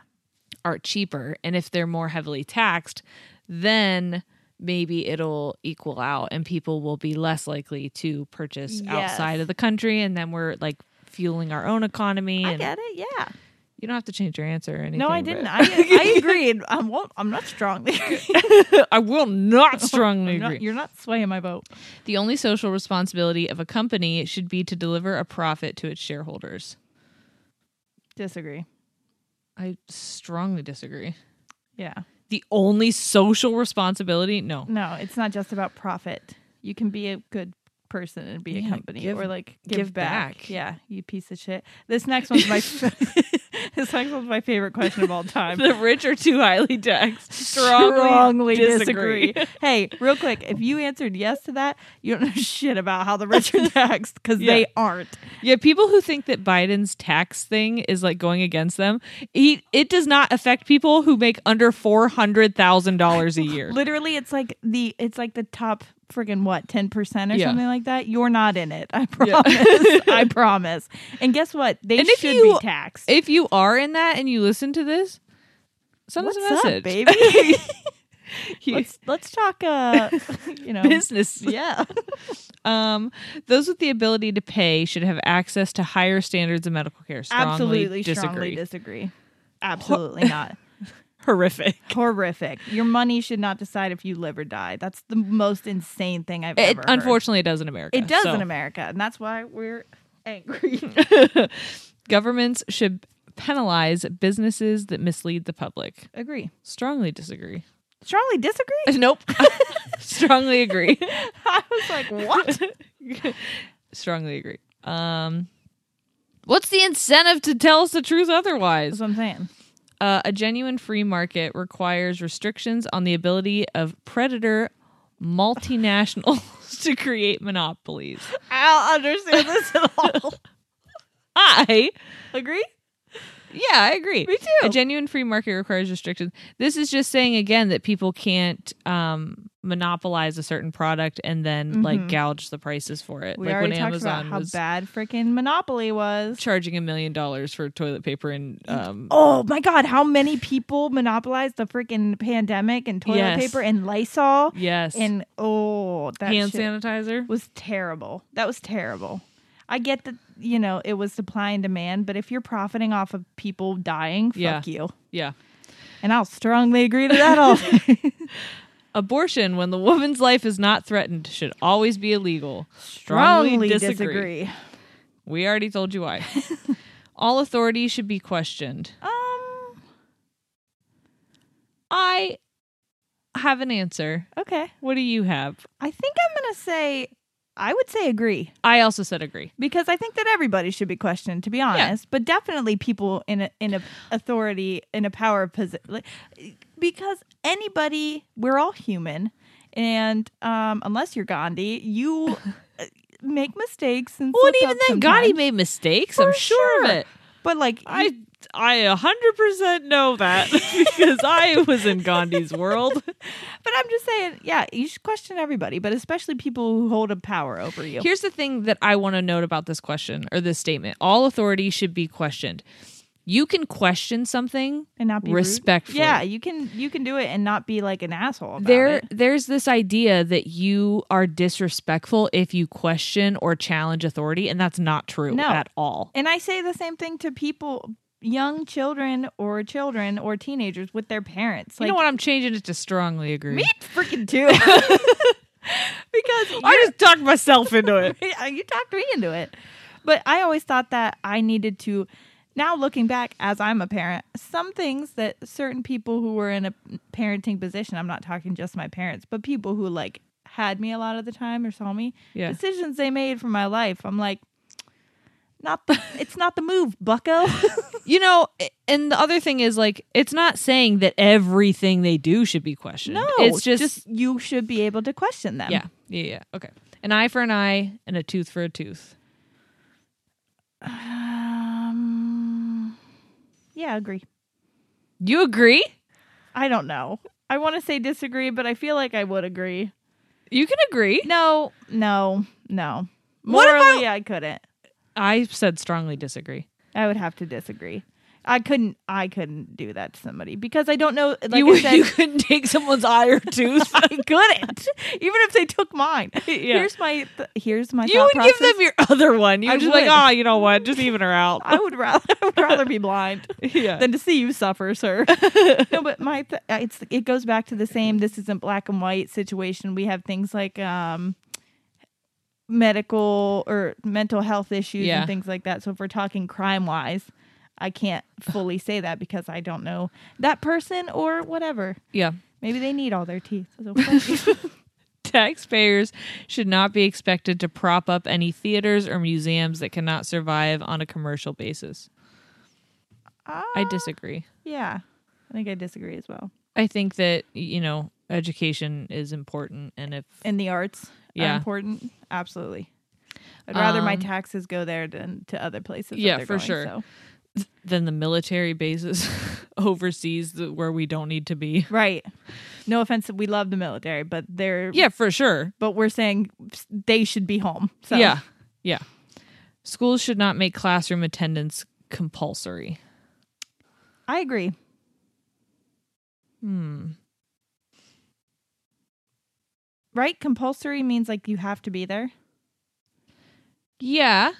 Speaker 1: are cheaper and if they're more heavily taxed then maybe it'll equal out and people will be less likely to purchase outside
Speaker 3: Yes.
Speaker 1: of the country and then we're like fueling our own economy
Speaker 3: I
Speaker 1: and
Speaker 3: get it. Yeah.
Speaker 1: you don't have to change your answer or anything
Speaker 3: No, I
Speaker 1: but-
Speaker 3: didn't. I, I agreed. I won't, I'm not strongly.
Speaker 1: i will not strongly
Speaker 3: I'm not-
Speaker 1: agree
Speaker 3: you're not swaying my vote.
Speaker 1: the only social responsibility of a company should be to deliver a profit to its shareholders
Speaker 3: Disagree.
Speaker 1: i strongly disagree
Speaker 3: Yeah.
Speaker 1: the only social responsibility no
Speaker 3: No, it's not just about profit. You can be a good person and be
Speaker 1: Yeah,
Speaker 3: a company
Speaker 1: give-
Speaker 3: or like
Speaker 1: give
Speaker 3: give, back.
Speaker 1: back.
Speaker 3: Yeah, you piece of shit. This next one's my this next one's my favorite question of all time.
Speaker 1: the rich are too highly taxed strongly,
Speaker 3: Strongly
Speaker 1: disagree.
Speaker 3: disagree. hey, real quick, if you answered yes to that, you don't know shit about how the rich are taxed because
Speaker 1: Yeah.
Speaker 3: they aren't.
Speaker 1: Yeah, people who think that Biden's tax thing is like going against them, he it does not affect people who make under four hundred thousand dollars a year.
Speaker 3: Literally, it's like the it's like the top friggin' what ten percent or
Speaker 1: Yeah.
Speaker 3: something like that. You're not in it. I promise. I promise. And guess what? They
Speaker 1: And if
Speaker 3: should
Speaker 1: you-
Speaker 3: be taxed.
Speaker 1: if you are in that and you listen to this, send us a
Speaker 3: What's
Speaker 1: message.
Speaker 3: up, baby? let's let's talk. Uh, you know,
Speaker 1: Business.
Speaker 3: yeah,
Speaker 1: Um, those with the ability to pay should have access to higher standards of medical care. Strongly
Speaker 3: absolutely,
Speaker 1: disagree.
Speaker 3: strongly disagree. Absolutely not.
Speaker 1: Horrific.
Speaker 3: Horrific. Your money should not decide if you live or die. That's the most insane thing I've
Speaker 1: It,
Speaker 3: ever. heard.
Speaker 1: unfortunately, it does in America.
Speaker 3: it does
Speaker 1: so.
Speaker 3: in America, and that's why we're angry.
Speaker 1: Governments should penalize businesses that mislead the public.
Speaker 3: agree.
Speaker 1: Strongly disagree.
Speaker 3: Strongly disagree.
Speaker 1: Nope. Strongly agree.
Speaker 3: I was like, what?
Speaker 1: Strongly agree. Um, what's the incentive to tell us the truth
Speaker 3: That's
Speaker 1: otherwise?
Speaker 3: what I'm saying.
Speaker 1: Uh, a genuine free market requires restrictions on the ability of predator multinationals to create monopolies.
Speaker 3: I don't understand this at all.
Speaker 1: I
Speaker 3: agree.
Speaker 1: Yeah, I agree. Me too. A genuine free market requires restrictions. This is just saying again that people can't um monopolize a certain product and then like gouge the prices for it.
Speaker 3: Mm-hmm. We
Speaker 1: like
Speaker 3: already
Speaker 1: when
Speaker 3: talked
Speaker 1: Amazon
Speaker 3: about how
Speaker 1: was
Speaker 3: bad freaking Monopoly was.
Speaker 1: charging a million dollars for toilet paper and um
Speaker 3: Oh my God, how many people monopolized the freaking pandemic and toilet
Speaker 1: Yes.
Speaker 3: paper and Lysol?
Speaker 1: yes
Speaker 3: And oh, that
Speaker 1: hand
Speaker 3: shit
Speaker 1: sanitizer.
Speaker 3: was terrible. That was terrible. I get that, you know, it was supply and demand, but if you're profiting off of people dying, fuck
Speaker 1: Yeah.
Speaker 3: you.
Speaker 1: Yeah.
Speaker 3: And I'll strongly agree to that all.
Speaker 1: Abortion when the woman's life is not threatened should always be illegal.
Speaker 3: strongly disagree.
Speaker 1: We already told you why. All authority should be questioned.
Speaker 3: Um,
Speaker 1: I have an answer.
Speaker 3: okay.
Speaker 1: What do you have?
Speaker 3: I think I'm going to say, I would say agree.
Speaker 1: I also said agree.
Speaker 3: because I think that everybody should be questioned, to be honest. But definitely people in a in a authority in a power position, like, because anybody, we're all human, and um, unless you're Gandhi, you uh, make mistakes and
Speaker 1: Well, and
Speaker 3: slip
Speaker 1: even
Speaker 3: up
Speaker 1: then, Gotti
Speaker 3: sometimes.
Speaker 1: made mistakes.
Speaker 3: For
Speaker 1: I'm sure, of
Speaker 3: sure.
Speaker 1: it.
Speaker 3: But like,
Speaker 1: I I a hundred percent know that because I was in Gandhi's world.
Speaker 3: but I'm just saying, yeah, you should question everybody, but especially people who hold a power over you.
Speaker 1: Here's the thing that I want to note about this question or this statement: all authority should be questioned. You can question something
Speaker 3: and not be rude.
Speaker 1: respectfully.
Speaker 3: Yeah, you can you can do it and not be like an asshole. About
Speaker 1: There,
Speaker 3: it.
Speaker 1: there's this idea that you are disrespectful if you question or challenge authority, and that's not true
Speaker 3: No.
Speaker 1: at all.
Speaker 3: And I say the same thing to people, young children or children or teenagers with their parents.
Speaker 1: you know what? I'm changing it to strongly agree.
Speaker 3: Me freaking too. because
Speaker 1: I just talked myself into it.
Speaker 3: you're- you talked me into it. But I always thought that I needed to. Now looking back, as I'm a parent, some things that certain people who were in a parenting position, I'm not talking just my parents, but people who like had me a lot of the time or saw me,
Speaker 1: Yeah.
Speaker 3: decisions they made for my life, I'm like, not the, it's not the move, bucko.
Speaker 1: you know a- and the other thing is like it's not saying that everything they do should be questioned
Speaker 3: No,
Speaker 1: it's just,
Speaker 3: you should be able to question them.
Speaker 1: yeah yeah yeah okay an eye for an eye and a tooth for a tooth
Speaker 3: Um, yeah, agree.
Speaker 1: you agree
Speaker 3: I don't know. I want to say disagree, but I feel like I would agree.
Speaker 1: you can agree
Speaker 3: No, no, no.
Speaker 1: What
Speaker 3: Morally, I couldn't.
Speaker 1: I said strongly disagree.
Speaker 3: I would have to disagree. I couldn't. I couldn't do that to somebody because I don't know. Like
Speaker 1: you,
Speaker 3: I said,
Speaker 1: you couldn't take someone's eye or tooth.
Speaker 3: I couldn't. Even if they took mine. Here's my. Th- here's my.
Speaker 1: you
Speaker 3: thought
Speaker 1: would
Speaker 3: process.
Speaker 1: give them your other one. You'd
Speaker 3: I
Speaker 1: just be like,
Speaker 3: would.
Speaker 1: oh, you know what? Just even her out.
Speaker 3: I would rather. I would rather be blind
Speaker 1: yeah.
Speaker 3: than to see you suffer, sir. no, but my. Th- uh, it's. It goes back to the same. This isn't black and white situation. We have things like um, medical or mental health issues
Speaker 1: Yeah.
Speaker 3: and things like that. So if we're talking crime wise. I can't fully say that because I don't know that person or whatever.
Speaker 1: yeah.
Speaker 3: Maybe they need all their teeth. So-
Speaker 1: Taxpayers should not be expected to prop up any theaters or museums that cannot survive on a commercial basis. I disagree.
Speaker 3: Ah, yeah, I think I disagree as well.
Speaker 1: I think that, you know, education is important. And if
Speaker 3: And the arts
Speaker 1: Yeah.
Speaker 3: are important. Absolutely. I'd rather my
Speaker 1: Um,
Speaker 3: taxes go there than to other places. that
Speaker 1: Yeah,
Speaker 3: they're
Speaker 1: for
Speaker 3: going,
Speaker 1: sure.
Speaker 3: so.
Speaker 1: then the military bases overseas th- where we don't need to be.
Speaker 3: Right. No offense, we love the military, but they're
Speaker 1: Yeah, for sure.
Speaker 3: But we're saying they should be home. So
Speaker 1: Yeah. Yeah. Schools should not make classroom attendance compulsory.
Speaker 3: I agree.
Speaker 1: Hmm.
Speaker 3: Right? Compulsory means like you have to be there.
Speaker 1: Yeah.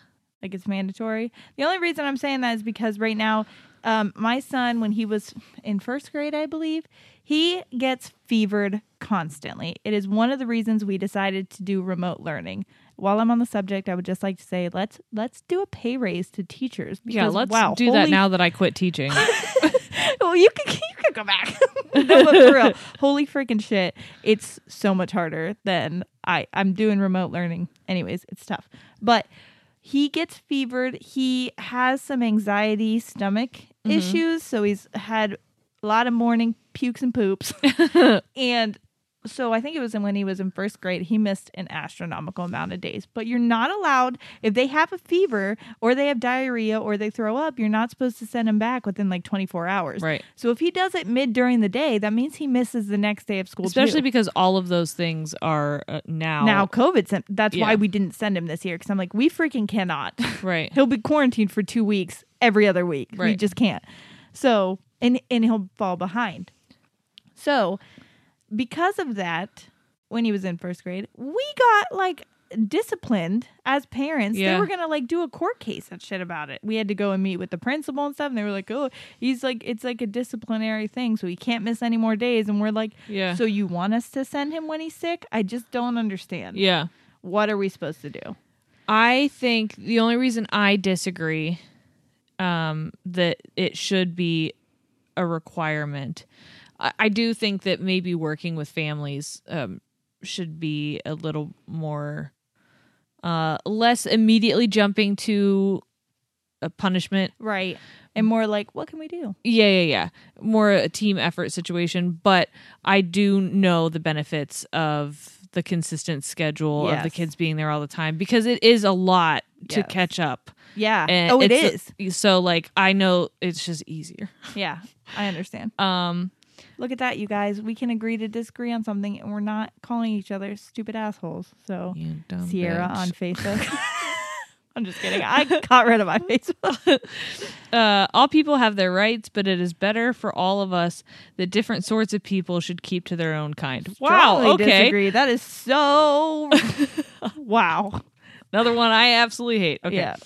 Speaker 3: like it's mandatory. The only reason I'm saying that is because right now, um, my son, when he was in first grade, I believe, he gets fevered constantly. It is one of the reasons we decided to do remote learning. While I'm on the subject, I would just like to say let's let's do a pay raise to teachers.
Speaker 1: Yeah,
Speaker 3: because,
Speaker 1: let's
Speaker 3: wow,
Speaker 1: do that
Speaker 3: holy-
Speaker 1: now that I quit teaching.
Speaker 3: well, you could you could go back. no, but for real, holy freaking shit! It's so much harder than I. I'm doing remote learning. Anyways, it's tough. But he gets fevered. He has some anxiety, stomach issues. So he's had a lot of morning pukes and poops. and so I think it was when he was in first grade, he missed an astronomical amount of days. But you're not allowed, if they have a fever or they have diarrhea or they throw up, you're not supposed to send them back within like 24 hours.
Speaker 1: Right.
Speaker 3: So if he does it mid during the day, that means he misses the next day of school.
Speaker 1: Especially
Speaker 3: too.
Speaker 1: because all of those things are uh, now.
Speaker 3: now COVID sent, that's
Speaker 1: Yeah.
Speaker 3: why we didn't send him this year. Cause I'm like, we freaking cannot.
Speaker 1: Right.
Speaker 3: He'll be quarantined for two weeks every other week. We
Speaker 1: Right.
Speaker 3: just can't. So and and he'll fall behind. So because of that, when he was in first grade, we got like disciplined as parents.
Speaker 1: Yeah.
Speaker 3: They were gonna like do a court case and shit about it. We had to go and meet with the principal and stuff, and they were like, "Oh, he's like it's like a disciplinary thing, so he can't miss any more days." And we're like,
Speaker 1: Yeah.
Speaker 3: So you want us to send him when he's sick? I just don't understand.
Speaker 1: Yeah.
Speaker 3: What are we supposed to do?
Speaker 1: I think the only reason I disagree um, that it should be a requirement, I, I do think that maybe working with families um, should be a little more uh, less immediately jumping to a punishment
Speaker 3: Right. And more like, what can we do?
Speaker 1: Yeah, yeah, yeah. More a team effort situation, but I do know the benefits of the consistent schedule of the
Speaker 3: Yes.
Speaker 1: kids being there all the time because it is a lot to
Speaker 3: Yes.
Speaker 1: catch up.
Speaker 3: Yeah.
Speaker 1: And
Speaker 3: oh, it
Speaker 1: it's-
Speaker 3: is.
Speaker 1: So like I know it's just easier.
Speaker 3: yeah, I understand.
Speaker 1: Um
Speaker 3: Look at that, you guys. We can agree to disagree on something, and we're not calling each other stupid assholes. So,
Speaker 1: you dumb
Speaker 3: Sierra
Speaker 1: bitch.
Speaker 3: on Facebook. I'm just kidding. I got rid of my Facebook.
Speaker 1: uh, all people have their rights, but it is better for all of us that different sorts of people should keep to their own kind. Wow.
Speaker 3: Strongly
Speaker 1: okay.
Speaker 3: Disagree. That is so. wow.
Speaker 1: Another one I absolutely hate. Okay.
Speaker 3: Yeah.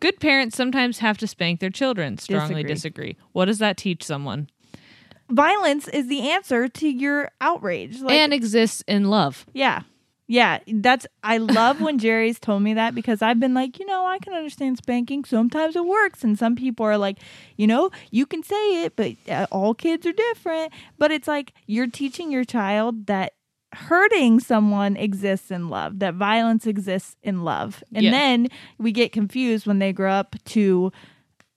Speaker 1: Good parents sometimes have to spank their children. Strongly disagree.
Speaker 3: Disagree.
Speaker 1: What does that teach someone?
Speaker 3: Violence is the answer to your outrage. Like,
Speaker 1: and exists in love.
Speaker 3: Yeah. Yeah, that's I love when Jerry's told me that because I've been like, you know, I can understand spanking. Sometimes it works and some people are like, you know, you can say it, but uh, all kids are different. But it's like you're teaching your child that hurting someone exists in love, that violence exists in love. And
Speaker 1: Yeah.
Speaker 3: then we get confused when they grow up to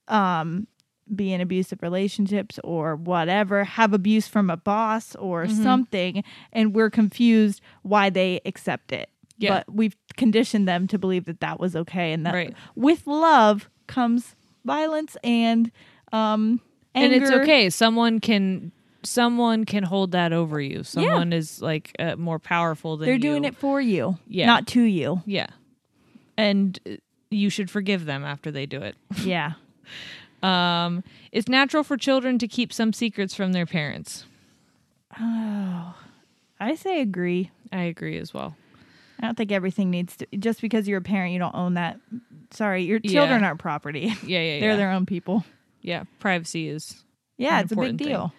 Speaker 3: um be in abusive relationships or whatever, have abuse from a boss or
Speaker 1: Mm-hmm.
Speaker 3: something, and we're confused why they accept it.
Speaker 1: Yeah.
Speaker 3: But we've conditioned them to believe that that was okay, and that
Speaker 1: Right.
Speaker 3: with love comes violence and um anger.
Speaker 1: And it's okay. Someone can someone can hold that over you. Someone is like uh, more powerful than
Speaker 3: They're doing
Speaker 1: you.
Speaker 3: it for you,
Speaker 1: Yeah.
Speaker 3: not to you.
Speaker 1: Yeah. And uh, you should forgive them after they do it.
Speaker 3: Yeah.
Speaker 1: Um, it's natural for children to keep some secrets from their parents.
Speaker 3: I say agree.
Speaker 1: I agree as well.
Speaker 3: I don't think everything needs to just because you're a parent you don't own that. Sorry, your children
Speaker 1: Yeah.
Speaker 3: aren't property.
Speaker 1: Yeah, yeah, yeah.
Speaker 3: They're their own people.
Speaker 1: yeah, privacy is.
Speaker 3: Yeah,
Speaker 1: An
Speaker 3: it's a big
Speaker 1: important thing.
Speaker 3: deal.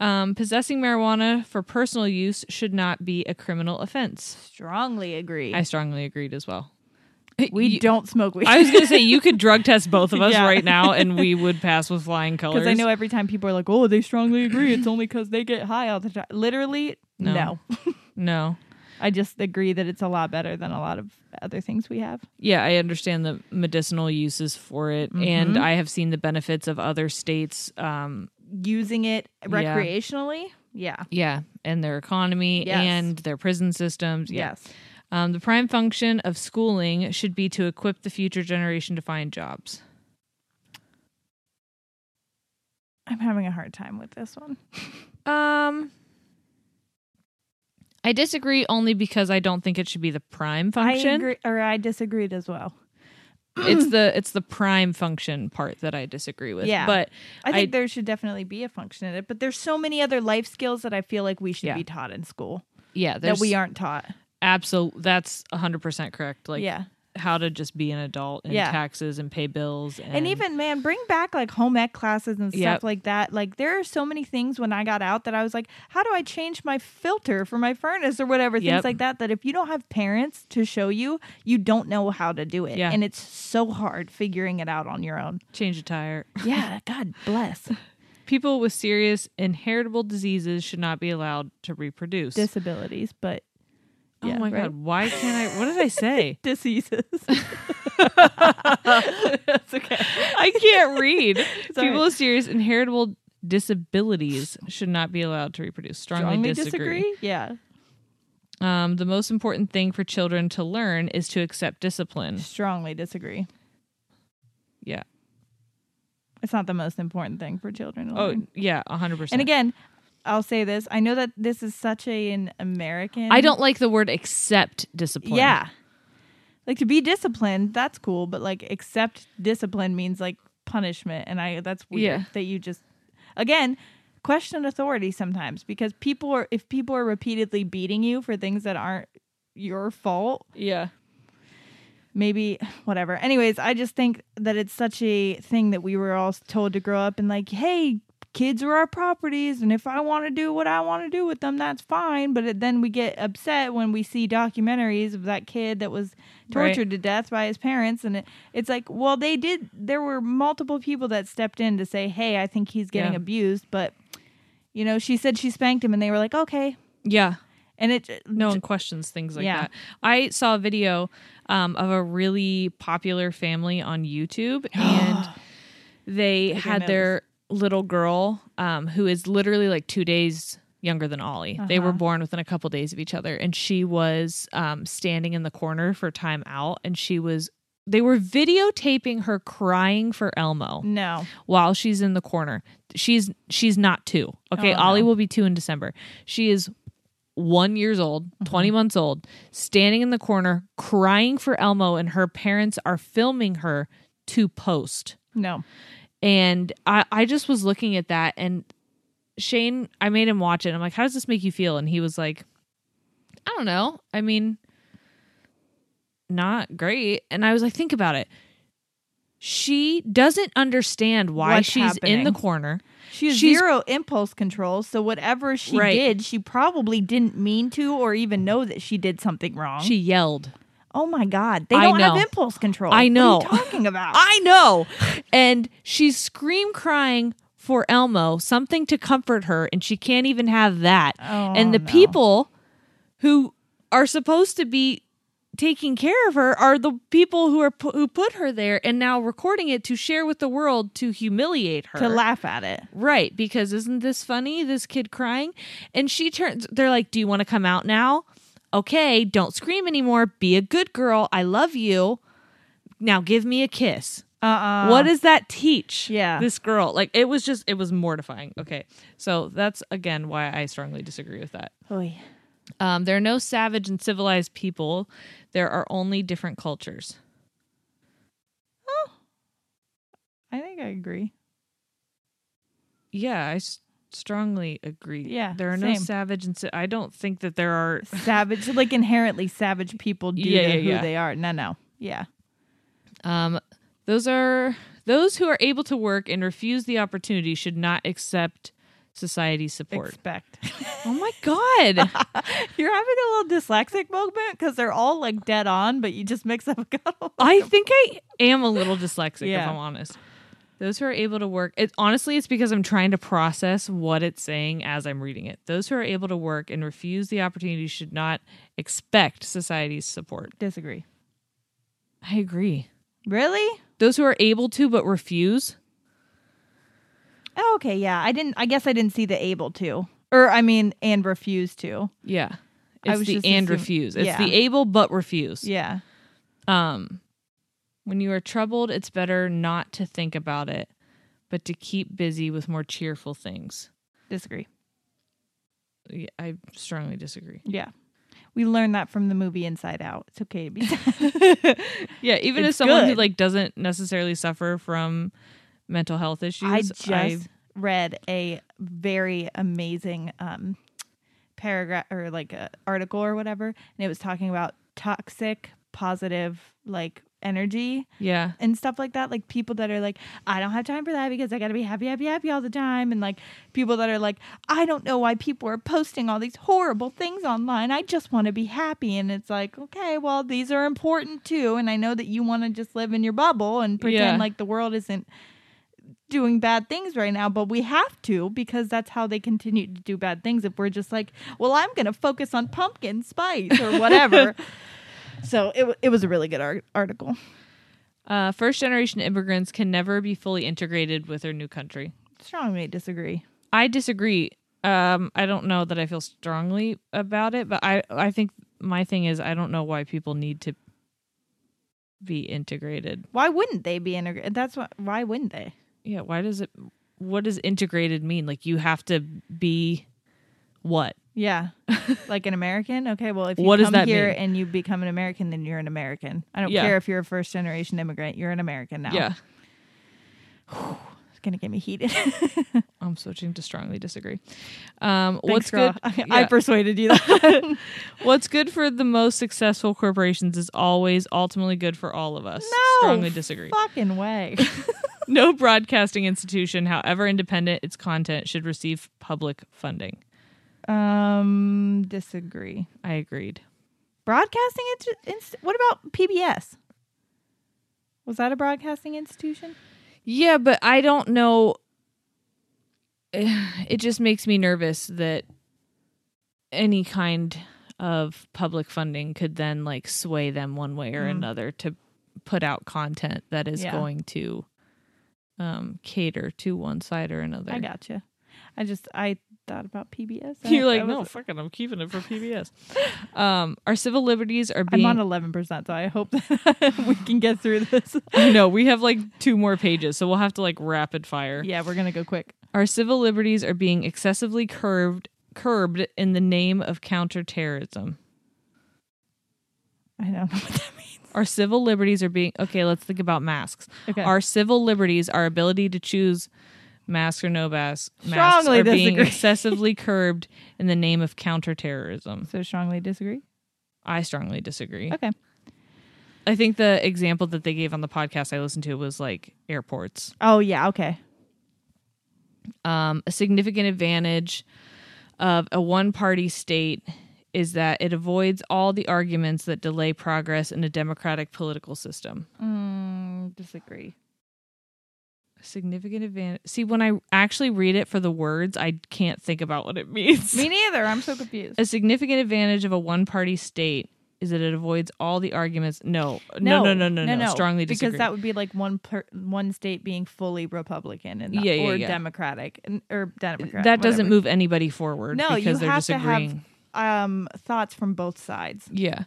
Speaker 1: Um, possessing marijuana for personal use should not be a criminal offense.
Speaker 3: Strongly agree.
Speaker 1: I strongly agreed as well.
Speaker 3: we don't smoke weed.
Speaker 1: I was going to say you could drug test both of us
Speaker 3: Yeah.
Speaker 1: right now, and we would pass with flying colors.
Speaker 3: Because I know every time people are like, "Oh, they strongly agree." It's only because they get high all the time. Literally,
Speaker 1: No.
Speaker 3: no.
Speaker 1: no.
Speaker 3: I just agree that it's a lot better than a lot of other things we have.
Speaker 1: Yeah, I understand the medicinal uses for it, and
Speaker 3: Mm-hmm.
Speaker 1: I have seen the benefits of other states. Um,
Speaker 3: Using it
Speaker 1: Yeah.
Speaker 3: recreationally, yeah,
Speaker 1: yeah, and their economy
Speaker 3: Yes.
Speaker 1: and their prison systems. Yeah.
Speaker 3: yes,
Speaker 1: Um, the prime function of schooling should be to equip the future generation to find jobs.
Speaker 3: I'm having a hard time with this one.
Speaker 1: Um, I disagree only because I don't think it should be the prime function.
Speaker 3: I agree, or I disagreed as well.
Speaker 1: It's the it's the prime function part that I disagree with.
Speaker 3: Yeah.
Speaker 1: but
Speaker 3: I think
Speaker 1: I-
Speaker 3: there should definitely be a function in it, but there's so many other life skills that I feel like we should
Speaker 1: Yeah.
Speaker 3: be taught in school
Speaker 1: yeah, there's
Speaker 3: that we aren't taught.
Speaker 1: absolutely that's hundred percent correct. Like
Speaker 3: yeah,
Speaker 1: how to just be an adult and
Speaker 3: Yeah.
Speaker 1: taxes and pay bills and,
Speaker 3: And even man, bring back like home ec classes and stuff
Speaker 1: Yep.
Speaker 3: like that. Like there are so many things when I got out that I was like, how do I change my filter for my furnace or whatever
Speaker 1: Yep.
Speaker 3: things like that? That if you don't have parents to show you, you don't know how to do it,
Speaker 1: Yeah.
Speaker 3: and it's so hard figuring it out on your own.
Speaker 1: change a tire.
Speaker 3: Yeah, God bless
Speaker 1: People with serious inheritable diseases should not be allowed to reproduce.
Speaker 3: disabilities, but
Speaker 1: oh my
Speaker 3: right?
Speaker 1: god, why can't I what did I say?
Speaker 3: diseases.
Speaker 1: That's okay. I can't read.
Speaker 3: all
Speaker 1: People
Speaker 3: right.
Speaker 1: with serious inheritable disabilities should not be allowed to reproduce. Strongly,
Speaker 3: Strongly
Speaker 1: disagree.
Speaker 3: disagree. Yeah,
Speaker 1: Um, the most important thing for children to learn is to accept discipline.
Speaker 3: strongly disagree.
Speaker 1: Yeah.
Speaker 3: It's not the most important thing for children. to
Speaker 1: Oh
Speaker 3: learn.
Speaker 1: yeah, hundred percent.
Speaker 3: Mm-hmm. and again. I'll say this. I know that this is such a, an American.
Speaker 1: I don't like the word accept discipline.
Speaker 3: Yeah. Like to be disciplined, that's cool, but like accept discipline means like punishment and I that's weird
Speaker 1: Yeah.
Speaker 3: that you just again question authority sometimes because people are if people are repeatedly beating you for things that aren't your fault,
Speaker 1: Yeah.
Speaker 3: maybe whatever. Anyways, I just think that it's such a thing that we were all told to grow up and like, hey, kids are our properties, and if I want to do what I want to do with them, that's fine. But it, then we get upset when we see documentaries of that kid that was
Speaker 1: Right.
Speaker 3: tortured to death by his parents, and it, it's like, well, they did. There were multiple people that stepped in to say, hey, I think he's getting
Speaker 1: Yeah.
Speaker 3: abused, but you know, she said she spanked him, and they were like, okay,
Speaker 1: Yeah.
Speaker 3: and it
Speaker 1: no one questions things like
Speaker 3: Yeah.
Speaker 1: that. I saw a video um, of a really popular family on YouTube, and they had
Speaker 3: know
Speaker 1: their little girl, um, who is literally like two days younger than Ollie. They were born within a couple days of each other, and she was um, standing in the corner for time out, and she was. They were videotaping her crying for Elmo
Speaker 3: no,
Speaker 1: while she's in the corner. She's she's not two. Okay, Ollie will be two in December. She is one years old, twenty months old, standing in the corner crying for Elmo, and her parents are filming her to post.
Speaker 3: no,
Speaker 1: And I I just was looking at that, and Shane, I made him watch it. I'm like, how does this make you feel? And he was like, I don't know. I mean, not great. And I was like, think about it. She doesn't understand why
Speaker 3: What's
Speaker 1: she's in the
Speaker 3: happening.
Speaker 1: corner.
Speaker 3: She has
Speaker 1: She's-
Speaker 3: zero impulse control, so whatever she
Speaker 1: Right.
Speaker 3: did, she probably didn't mean to or even know that she did something wrong.
Speaker 1: She yelled.
Speaker 3: oh my god, they
Speaker 1: I
Speaker 3: don't have
Speaker 1: know.
Speaker 3: impulse control.
Speaker 1: I know.
Speaker 3: What are you talking about?
Speaker 1: I know. And she's scream crying for Elmo, something to comfort her, and she can't even have that. and the people who are supposed to be taking care of her are the people who are pu- who put her there and now recording it to share with the world to humiliate her.
Speaker 3: to laugh at it.
Speaker 1: Right, because isn't this funny? This kid crying. And she turns, they're like, Do you want to come out now? Okay, don't scream anymore. Be a good girl. I love you. Now give me a kiss.
Speaker 3: Uh-uh.
Speaker 1: what does that teach?
Speaker 3: Yeah.
Speaker 1: This girl. Like, it was just, it was mortifying. Okay. So that's, again, why I strongly disagree with that.
Speaker 3: Oy.
Speaker 1: Um, there are no savage and civilized people, there are only different cultures.
Speaker 3: I think I agree.
Speaker 1: Yeah, I s- strongly agree.
Speaker 3: Yeah,
Speaker 1: there are no
Speaker 3: same.
Speaker 1: savage and sa- I don't think that there are.
Speaker 3: Savage, like inherently savage people due
Speaker 1: Yeah,
Speaker 3: to
Speaker 1: yeah,
Speaker 3: who
Speaker 1: yeah.
Speaker 3: they are. No, no. Yeah.
Speaker 1: Um, those are those who are able to work and refuse the opportunity should not accept society's support.
Speaker 3: Expect.
Speaker 1: oh my god!
Speaker 3: You're having a little dyslexic moment because they're all like dead on, but you just mix up a couple.
Speaker 1: I think I am a little dyslexic, if
Speaker 3: Yeah.
Speaker 1: I'm honest. Those who are able to work, it, honestly, it's because I'm trying to process what it's saying as I'm reading it. Those who are able to work and refuse the opportunity should not expect society's support.
Speaker 3: Disagree.
Speaker 1: I agree.
Speaker 3: Really?
Speaker 1: Those who are able to but refuse,
Speaker 3: Oh, okay. Yeah. I didn't. I guess I didn't see the able to, or I mean, and refuse to.
Speaker 1: yeah,
Speaker 3: I
Speaker 1: it's
Speaker 3: was
Speaker 1: the and
Speaker 3: just assuming-
Speaker 1: refuse. It's
Speaker 3: yeah.
Speaker 1: the able but refuse.
Speaker 3: Yeah.
Speaker 1: Um, when you are troubled, it's better not to think about it, but to keep busy with more cheerful things.
Speaker 3: Disagree.
Speaker 1: Yeah, I strongly disagree.
Speaker 3: Yeah. We learned that from the movie Inside Out. It's okay to be
Speaker 1: Yeah, even as
Speaker 3: It's
Speaker 1: someone who
Speaker 3: good.
Speaker 1: like doesn't necessarily suffer from mental health issues,
Speaker 3: I just
Speaker 1: I-
Speaker 3: read a very amazing um, paragraph or like a article or whatever, and it was talking about toxic positive like energy
Speaker 1: yeah,
Speaker 3: and stuff like that. Like people that are like, I don't have time for that because I got to be happy, happy, happy all the time, and like people that are like, I don't know why people are posting all these horrible things online. I just want to be happy, and it's like, okay, well, these are important too, and I know that you want to just live in your bubble and
Speaker 1: Yeah.
Speaker 3: pretend like the world isn't doing bad things right now, but we have to because that's how they continue to do bad things. If we're just like, well, I'm going to focus on pumpkin spice or whatever. so it, w- it was a really good ar- article.
Speaker 1: uh, first generation immigrants can never be fully integrated with their new country.
Speaker 3: Strongly disagree.
Speaker 1: I disagree. Um, I don't know that I feel strongly about it, but I I think my thing is I don't know why people need to be integrated.
Speaker 3: Why wouldn't they be integrated? That's what. Why wouldn't they?
Speaker 1: Yeah, why does it? What does integrated mean? Like you have to be what?
Speaker 3: Yeah, like an American. Okay, well, if you
Speaker 1: What does
Speaker 3: come
Speaker 1: that
Speaker 3: here
Speaker 1: mean?
Speaker 3: and you become an American, then you're an American. I don't
Speaker 1: Yeah.
Speaker 3: care if you're a first generation immigrant. You're an American now.
Speaker 1: Yeah,
Speaker 3: it's gonna get me heated.
Speaker 1: I'm switching to strongly disagree. Um, what's
Speaker 3: Thanks, girl.
Speaker 1: good?
Speaker 3: I, I
Speaker 1: yeah.
Speaker 3: persuaded you. That.
Speaker 1: What's good for the most successful corporations is always ultimately good for all of us.
Speaker 3: No,
Speaker 1: Strongly disagree.
Speaker 3: Fucking way.
Speaker 1: No broadcasting institution, however independent its content, should receive public funding.
Speaker 3: Um, disagree.
Speaker 1: I agreed.
Speaker 3: Broadcasting. Inst- inst- what about PBS? Was that a broadcasting institution?
Speaker 1: Yeah, but I don't know. It just makes me nervous that any kind of public funding could then like sway them one way or another to put out content that is
Speaker 3: Yeah.
Speaker 1: going to um cater to one side or another.
Speaker 3: I gotcha. I just I thought about PBS. I-
Speaker 1: You're
Speaker 3: I
Speaker 1: like,
Speaker 3: was-
Speaker 1: no, fucking, I'm keeping it for PBS. um, our civil liberties are
Speaker 3: I'm
Speaker 1: being.
Speaker 3: on eleven percent, so I hope that we can get through this.
Speaker 1: I know we have like two more pages, so we'll have to like rapid fire.
Speaker 3: yeah, we're gonna go quick.
Speaker 1: Our civil liberties are being excessively curbed curbed in the name of counterterrorism.
Speaker 3: I don't know what that means.
Speaker 1: Our civil liberties are being okay. Let's think about masks.
Speaker 3: Okay.
Speaker 1: Our civil liberties, our ability to choose mask or no mask, masks
Speaker 3: Strongly
Speaker 1: are being
Speaker 3: disagree.
Speaker 1: excessively curbed in the name of counterterrorism.
Speaker 3: So strongly disagree.
Speaker 1: I strongly disagree.
Speaker 3: Okay.
Speaker 1: I think the example that they gave on the podcast I listened to was like airports.
Speaker 3: Oh yeah, okay.
Speaker 1: Um, a significant advantage of a one party state is that it avoids all the arguments that delay progress in a democratic political system.
Speaker 3: Mm, disagree.
Speaker 1: Significant advantage. See, when I actually read it for the words, I can't think about what it means.
Speaker 3: Me neither. I'm so confused.
Speaker 1: a significant advantage of a one party state is that it avoids all the arguments. No, no,
Speaker 3: No,
Speaker 1: no, no, no, no. Strongly disagree.
Speaker 3: Because that would be like one per, one state being fully Republican and not-
Speaker 1: Yeah, yeah,
Speaker 3: or
Speaker 1: yeah.
Speaker 3: Democratic and or Democratic.
Speaker 1: that doesn't
Speaker 3: whatever.
Speaker 1: move anybody forward
Speaker 3: No, you
Speaker 1: because they're
Speaker 3: have to
Speaker 1: disagreeing.
Speaker 3: have um, thoughts from both sides.
Speaker 1: Yeah.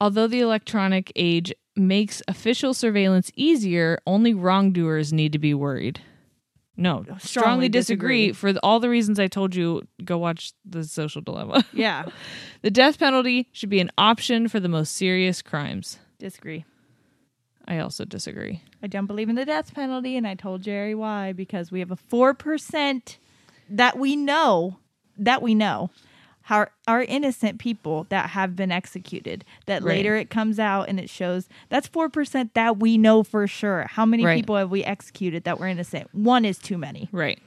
Speaker 1: Although the electronic age makes official surveillance easier, only wrongdoers need to be worried. No, strongly, disagree.
Speaker 3: disagree.
Speaker 1: For the- all the reasons I told you, go watch The Social Dilemma.
Speaker 3: Yeah,
Speaker 1: the death penalty should be an option for the most serious crimes.
Speaker 3: disagree.
Speaker 1: I also disagree.
Speaker 3: I don't believe in the death penalty, and I told Jerry why because we have a four percent that we know that we know how are innocent people that have been executed. That
Speaker 1: Right.
Speaker 3: later it comes out and it shows that's four percent that we know for sure. How many
Speaker 1: Right.
Speaker 3: people have we executed that were innocent? One is too many.
Speaker 1: Right.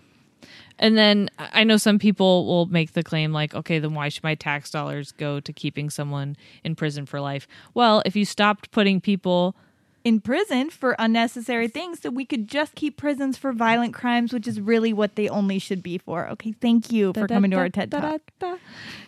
Speaker 1: And then I I know some people will make the claim like, okay, then why should my tax dollars go to keeping someone in prison for life? Well, if you stopped putting people
Speaker 3: in prison for unnecessary things so we could just keep prisons for violent crimes which is really what they only should be for okay thank you for coming to our ted talk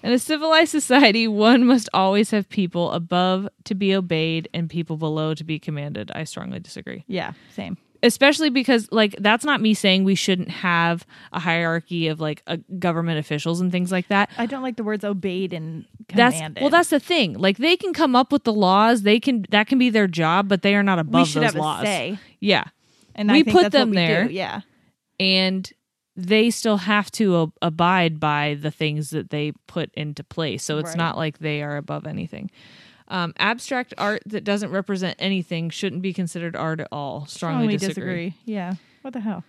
Speaker 1: in a civilized society, one must always have people above to be obeyed and people below to be commanded. I strongly disagree.
Speaker 3: yeah same
Speaker 1: especially because like that's not me saying we shouldn't have a hierarchy of like a government officials and things like that
Speaker 3: i don't like the words obeyed and
Speaker 1: that's
Speaker 3: commanded
Speaker 1: well that's the thing like they can come up with the laws they can that can be their job but they are not above
Speaker 3: we should
Speaker 1: those
Speaker 3: have
Speaker 1: laws
Speaker 3: a say
Speaker 1: yeah
Speaker 3: and
Speaker 1: We
Speaker 3: I think
Speaker 1: put
Speaker 3: that's what
Speaker 1: them
Speaker 3: we
Speaker 1: there.
Speaker 3: do. yeah
Speaker 1: and they still have to ob- abide by the things that they put into place so it's
Speaker 3: Right.
Speaker 1: not like they are above anything um, abstract art that doesn't represent anything shouldn't be considered art at all strongly, disagree.
Speaker 3: Oh, yeah what the hell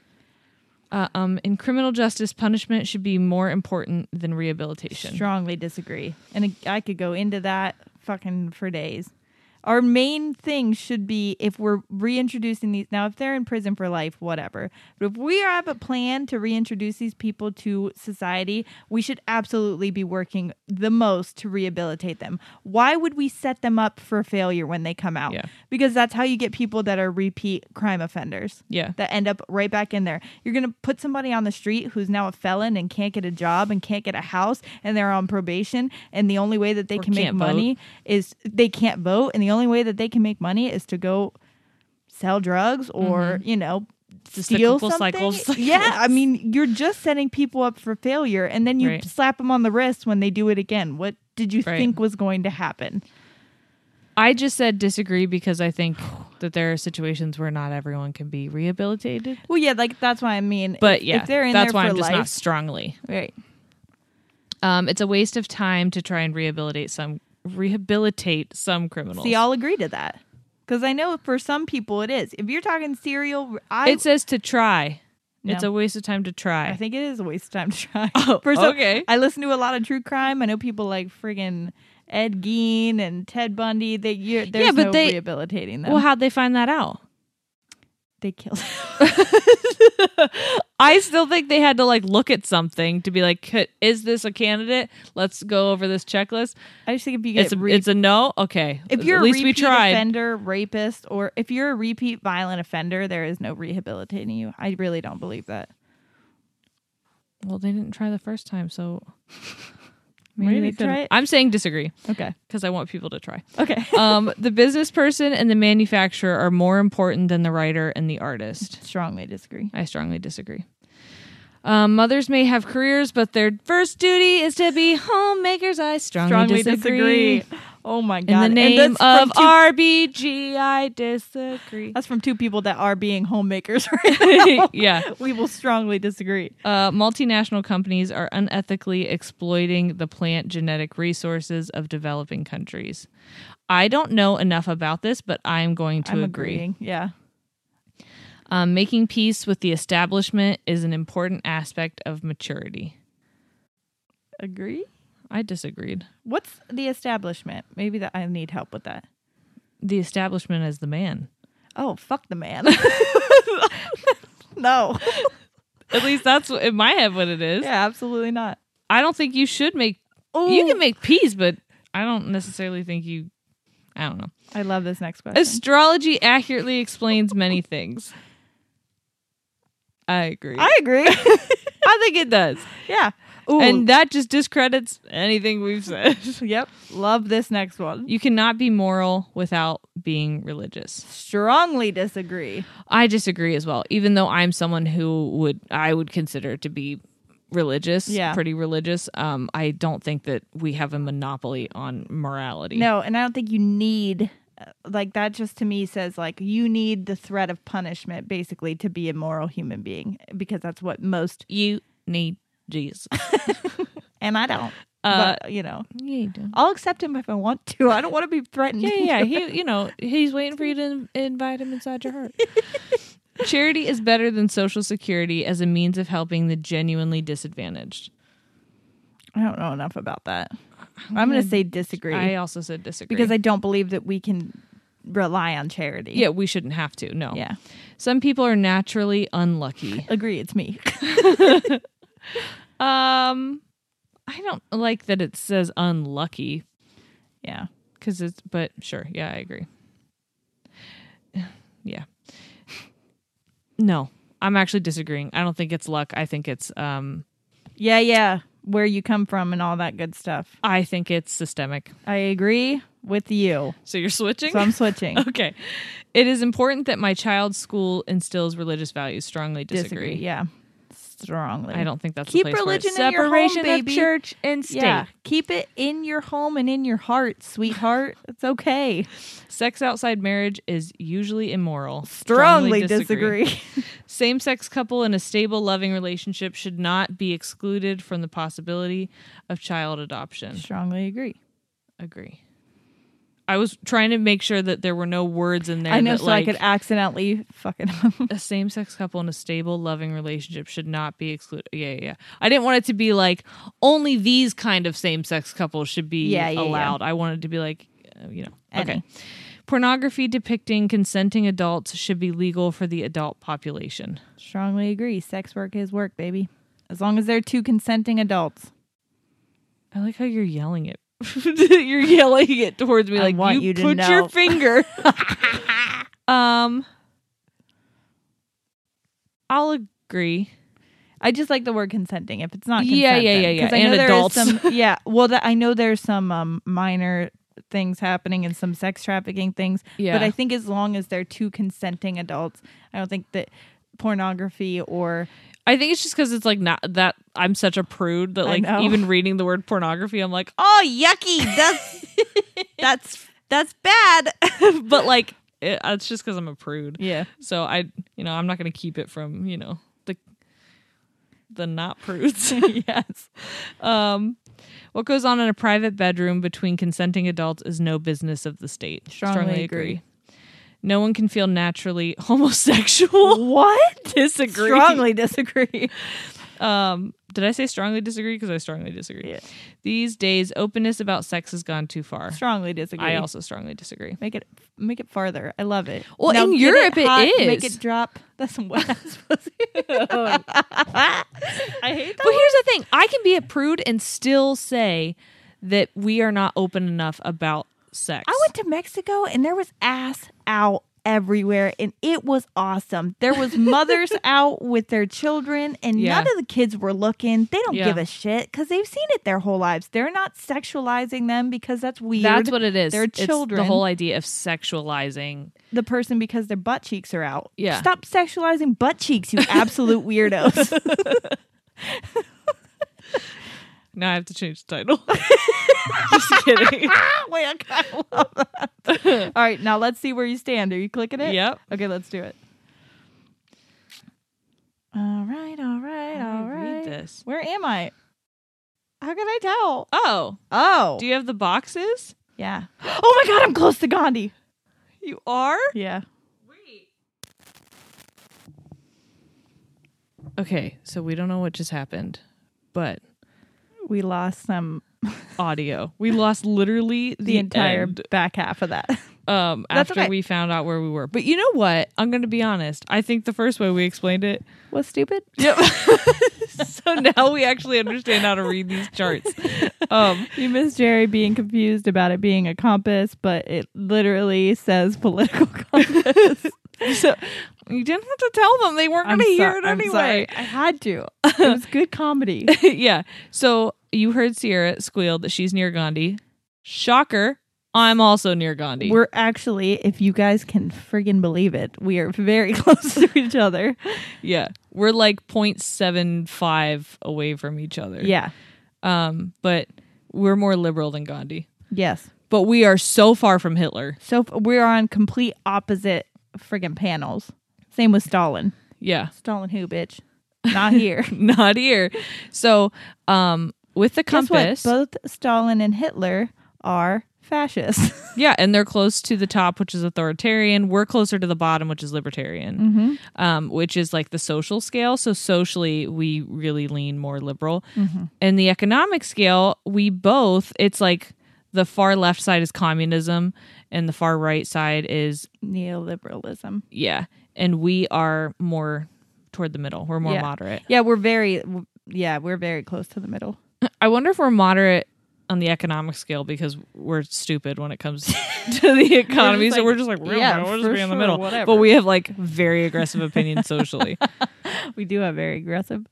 Speaker 1: Uh, um, in criminal justice, punishment should be more important than rehabilitation.
Speaker 3: strongly disagree and i could go into that fucking for days our main thing should be if we're reintroducing these now if they're in prison for life whatever but if we have a plan to reintroduce these people to society we should absolutely be working the most to rehabilitate them why would we set them up for failure when they come out
Speaker 1: Yeah.
Speaker 3: because that's how you get people that are repeat crime offenders
Speaker 1: Yeah.
Speaker 3: that end up right back in there. You're going to put somebody on the street who's now a felon and can't get a job and can't get a house and they're on probation and the only way that they
Speaker 1: Or
Speaker 3: can make
Speaker 1: can't
Speaker 3: money is they can't vote and the only way that they can make money is to go sell drugs or, you know,
Speaker 1: The
Speaker 3: steal
Speaker 1: cyclical
Speaker 3: something.
Speaker 1: cycle of cycles.
Speaker 3: Yeah, I mean, you're just setting people up for failure and then you
Speaker 1: Right.
Speaker 3: slap them on the wrist when they do it again. What did you
Speaker 1: Right.
Speaker 3: think was going to happen?
Speaker 1: I just said disagree because I think that there are situations where not everyone can be rehabilitated.
Speaker 3: Well, yeah, like that's what I mean.
Speaker 1: But
Speaker 3: If-
Speaker 1: yeah,
Speaker 3: if they're in
Speaker 1: that's
Speaker 3: there
Speaker 1: why
Speaker 3: for
Speaker 1: I'm just
Speaker 3: life,
Speaker 1: not strongly.
Speaker 3: right.
Speaker 1: Um, it's a waste of time to try and rehabilitate some rehabilitate some criminals.
Speaker 3: See, I'll agree to that because I know for some people it is. If you're talking serial, I
Speaker 1: it says to try. It's
Speaker 3: No.
Speaker 1: a waste of time to try.
Speaker 3: I think it is a waste of time to try.
Speaker 1: Oh,
Speaker 3: For some-
Speaker 1: okay.
Speaker 3: I listen to a lot of true crime. I know people like friggin' Ed Gein and Ted Bundy. They you're, there's
Speaker 1: but
Speaker 3: no
Speaker 1: they-
Speaker 3: rehabilitating them.
Speaker 1: well, how'd they find that out?
Speaker 3: they killed.
Speaker 1: I still think they had to like look at something to be like, "Could- is this a candidate? Let's go over this checklist.
Speaker 3: I just think if you get
Speaker 1: It's a,
Speaker 3: re-
Speaker 1: it's a no. Okay.
Speaker 3: if you're
Speaker 1: at least
Speaker 3: a
Speaker 1: we
Speaker 3: repeat
Speaker 1: tried.
Speaker 3: offender, rapist, or if you're a repeat violent offender, there is no rehabilitating you. I really don't believe that.
Speaker 1: Well, they didn't try the first time, so
Speaker 3: Maybe
Speaker 1: they
Speaker 3: they try
Speaker 1: couldn't.
Speaker 3: it.
Speaker 1: I'm saying disagree
Speaker 3: Okay.
Speaker 1: because I want people to try.
Speaker 3: Okay.
Speaker 1: um, the business person and the manufacturer are more important than the writer and the artist.
Speaker 3: Strongly disagree.
Speaker 1: I strongly disagree. Um, mothers may have careers, but their first duty is to be homemakers. I strongly,
Speaker 3: Strongly
Speaker 1: disagree.
Speaker 3: disagree. Oh my
Speaker 1: In
Speaker 3: god.
Speaker 1: the
Speaker 3: And
Speaker 1: name
Speaker 3: that's from
Speaker 1: of
Speaker 3: two
Speaker 1: RBG, I disagree.
Speaker 3: That's from two people that are being homemakers right now.
Speaker 1: yeah.
Speaker 3: we will strongly disagree.
Speaker 1: Uh, multinational companies are unethically exploiting the plant genetic resources of developing countries. I don't know enough about this, but I'm going to
Speaker 3: I'm
Speaker 1: agree.
Speaker 3: agreeing. Yeah.
Speaker 1: Um, making peace with the establishment is an important aspect of maturity.
Speaker 3: Agree?
Speaker 1: I disagreed.
Speaker 3: What's the establishment? Maybe that I need help with that.
Speaker 1: The establishment is the man.
Speaker 3: Oh, fuck the man. no.
Speaker 1: At least that's what, in my head what it is.
Speaker 3: Yeah, absolutely not.
Speaker 1: I don't think you should make. You can make peace, but I don't necessarily think you. I don't know.
Speaker 3: I love this next question.
Speaker 1: Astrology accurately explains many things. I agree.
Speaker 3: I agree.
Speaker 1: I think it does.
Speaker 3: yeah. Ooh.
Speaker 1: And that just discredits anything we've said.
Speaker 3: yep. Love this next one.
Speaker 1: You cannot be moral without being religious.
Speaker 3: Strongly disagree.
Speaker 1: I disagree as well, even though I'm someone who would I would consider to be religious,
Speaker 3: Yeah.
Speaker 1: pretty religious. Um, I don't think that we have a monopoly on morality.
Speaker 3: No, and I don't think you need uh, like that just to me says like you need the threat of punishment basically to be a moral human being because that's what most
Speaker 1: You need Jesus.
Speaker 3: and I don't.
Speaker 1: Uh,
Speaker 3: but, you know,
Speaker 1: yeah, you do.
Speaker 3: I'll accept him if I want to. I don't want to be threatened.
Speaker 1: yeah, yeah. He, you know, he's waiting for you to in- invite him inside your heart. Charity is better than social security as a means of helping the genuinely disadvantaged.
Speaker 3: I don't know enough about that. I'm going to say disagree
Speaker 1: I also said disagree
Speaker 3: because I don't believe that we can rely on charity.
Speaker 1: yeah, we shouldn't have to. No.
Speaker 3: Yeah.
Speaker 1: Some people are naturally unlucky.
Speaker 3: Agree. It's me.
Speaker 1: Um, I don't like that it says unlucky
Speaker 3: yeah.
Speaker 1: because it's. But sure, yeah, I agree. Yeah. No, I'm actually disagreeing. I don't think it's luck. I think it's um.
Speaker 3: Yeah. Yeah. Where you come from and all that good stuff.
Speaker 1: I think it's systemic.
Speaker 3: I agree with you.
Speaker 1: So you're switching.
Speaker 3: So I'm switching.
Speaker 1: okay. It is important that my child's school instills religious values. Strongly disagree.
Speaker 3: Yeah. Strongly.
Speaker 1: I don't think that's
Speaker 3: Keep
Speaker 1: the place
Speaker 3: religion
Speaker 1: for it.
Speaker 3: in your home,
Speaker 1: Separation
Speaker 3: baby.
Speaker 1: of church and state.
Speaker 3: Yeah. Keep it in your home and in your heart, sweetheart. it's okay.
Speaker 1: Sex outside marriage is usually immoral.
Speaker 3: Strongly disagree.
Speaker 1: Same sex couple in a stable, loving relationship should not be excluded from the possibility of child adoption.
Speaker 3: Strongly agree.
Speaker 1: Agree. I was trying to make sure that there were no words in there.
Speaker 3: I know,
Speaker 1: that,
Speaker 3: so
Speaker 1: like,
Speaker 3: I could accidentally fuck it up.
Speaker 1: a same sex couple in a stable, loving relationship should not be excluded. Yeah, yeah, yeah. I didn't want it to be like only these kind of same sex couples should be
Speaker 3: Yeah, yeah, yeah.
Speaker 1: allowed. I wanted to be like, uh, you know, okay.
Speaker 3: Any.
Speaker 1: Pornography depicting consenting adults should be legal for the adult population.
Speaker 3: Strongly agree. Sex work is work, baby. As long as they're two consenting adults.
Speaker 1: I like how you're yelling it. you're yelling it towards me
Speaker 3: I
Speaker 1: like
Speaker 3: want
Speaker 1: you,
Speaker 3: you to
Speaker 1: put
Speaker 3: know."
Speaker 1: your finger. um, I'll agree.
Speaker 3: I just like the word consenting. If it's not,
Speaker 1: Yeah, yeah,
Speaker 3: consenting.
Speaker 1: yeah, yeah.
Speaker 3: 'Cause I
Speaker 1: And
Speaker 3: know there is
Speaker 1: adults.
Speaker 3: some- yeah. Well, that, I know there's some um, minor things happening and some sex trafficking things.
Speaker 1: Yeah.
Speaker 3: But I think as long as they're two consenting adults, I don't think that pornography or
Speaker 1: I think it's just because it's like not that I'm such a prude that like
Speaker 3: know.
Speaker 1: even reading the word pornography, I'm like, oh,
Speaker 3: oh yucky. That's that's that's bad.
Speaker 1: but like it, it's just because I'm a prude.
Speaker 3: yeah.
Speaker 1: So I, you know, I'm not going to keep it from you know the the not prudes. yes. Um, what goes on in a private bedroom between consenting adults is no business of the state.
Speaker 3: Strongly agree.
Speaker 1: No one can feel naturally homosexual.
Speaker 3: What?
Speaker 1: Disagree.
Speaker 3: Strongly disagree.
Speaker 1: Um, did I say strongly disagree? Because I strongly disagree.
Speaker 3: Yeah.
Speaker 1: These days, openness about sex has gone too far.
Speaker 3: Strongly disagree.
Speaker 1: I also strongly disagree.
Speaker 3: Make it make it farther. I love it.
Speaker 1: Well, in
Speaker 3: get
Speaker 1: Europe it
Speaker 3: hot, Make
Speaker 1: is.
Speaker 3: it drop. That's some wet ass pussy. Oh. I hate
Speaker 1: But here's the thing I can be a prude and still say that we are not open enough about sex.
Speaker 3: I went to Mexico and there was ass out everywhere and it was awesome. There was mothers out with their children and
Speaker 1: Yeah.
Speaker 3: none of the kids were looking. They don't
Speaker 1: Yeah.
Speaker 3: give a shit cuz they've seen it their whole lives. They're not sexualizing them because that's weird.
Speaker 1: That's what it is.
Speaker 3: They're
Speaker 1: It's
Speaker 3: children.
Speaker 1: the whole idea of sexualizing.
Speaker 3: the person because their butt cheeks are out.
Speaker 1: Yeah.
Speaker 3: Stop sexualizing butt cheeks, you absolute weirdos.
Speaker 1: Now I have to change the title. Just kidding.
Speaker 3: Wait, I kind of love that. All right, now let's see where you stand. Are you clicking it?
Speaker 1: Yep.
Speaker 3: Okay, let's do it. All right, all right, all
Speaker 1: Read
Speaker 3: right.
Speaker 1: this.
Speaker 3: Where am I? How can I tell?
Speaker 1: Oh,
Speaker 3: Oh,
Speaker 1: do you have the boxes?
Speaker 3: yeah. Oh my God, I'm close to Gandhi.
Speaker 1: You are?
Speaker 3: Yeah.
Speaker 1: Okay, so we don't know what just happened, but
Speaker 3: We lost some
Speaker 1: audio. We lost literally the,
Speaker 3: the, entire
Speaker 1: end.
Speaker 3: back half of that.
Speaker 1: um,
Speaker 3: That's
Speaker 1: after
Speaker 3: okay.
Speaker 1: we found out where we were. But you know what? I'm going to be honest. I think the first way we explained it.
Speaker 3: Was stupid?
Speaker 1: Yep. so now we actually understand how to read these charts. Um,
Speaker 3: You miss Jerry being confused about it being a compass, but it literally says political compass.
Speaker 1: so you didn't have to tell them; they weren't going to
Speaker 3: so-
Speaker 1: hear it
Speaker 3: I'm
Speaker 1: anyway.
Speaker 3: sorry. I had to. It was good comedy.
Speaker 1: yeah. So you heard Sierra squeal that she's near Gandhi. Shocker! I'm also near Gandhi.
Speaker 3: We're actually, if you guys can friggin' believe it, we are very close to each other.
Speaker 1: yeah, we're like 0.75 away from each other.
Speaker 3: Yeah.
Speaker 1: Um, but we're more liberal than Gandhi.
Speaker 3: Yes.
Speaker 1: But we are so far from Hitler.
Speaker 3: So f- we're on complete opposite friggin' panels. Same with Stalin.
Speaker 1: Yeah,
Speaker 3: Stalin who, bitch? Not here.
Speaker 1: not here. So, um, with the
Speaker 3: Guess
Speaker 1: compass.
Speaker 3: what? Both Stalin and Hitler are fascists.
Speaker 1: yeah, and they're close to the top, which is authoritarian. We're closer to the bottom, which is libertarian,
Speaker 3: Mm-hmm.
Speaker 1: um, which is like the social scale. So socially, we really lean more liberal.
Speaker 3: Mm-hmm.
Speaker 1: And the economic scale, we both. It's like the far left side is communism, and the far right side is
Speaker 3: Neoliberalism.
Speaker 1: yeah. And we are more toward the middle. We're more
Speaker 3: Yeah.
Speaker 1: moderate.
Speaker 3: Yeah, we're very w- yeah, we're very close to the middle.
Speaker 1: I wonder if we're moderate on the economic scale because we're stupid when it comes to the economy. so
Speaker 3: like,
Speaker 1: we're just like, we're,
Speaker 3: yeah,
Speaker 1: we're just
Speaker 3: for
Speaker 1: be in the
Speaker 3: sure,
Speaker 1: middle.
Speaker 3: whatever.
Speaker 1: But we have like very aggressive opinions socially.
Speaker 3: We do have very aggressive.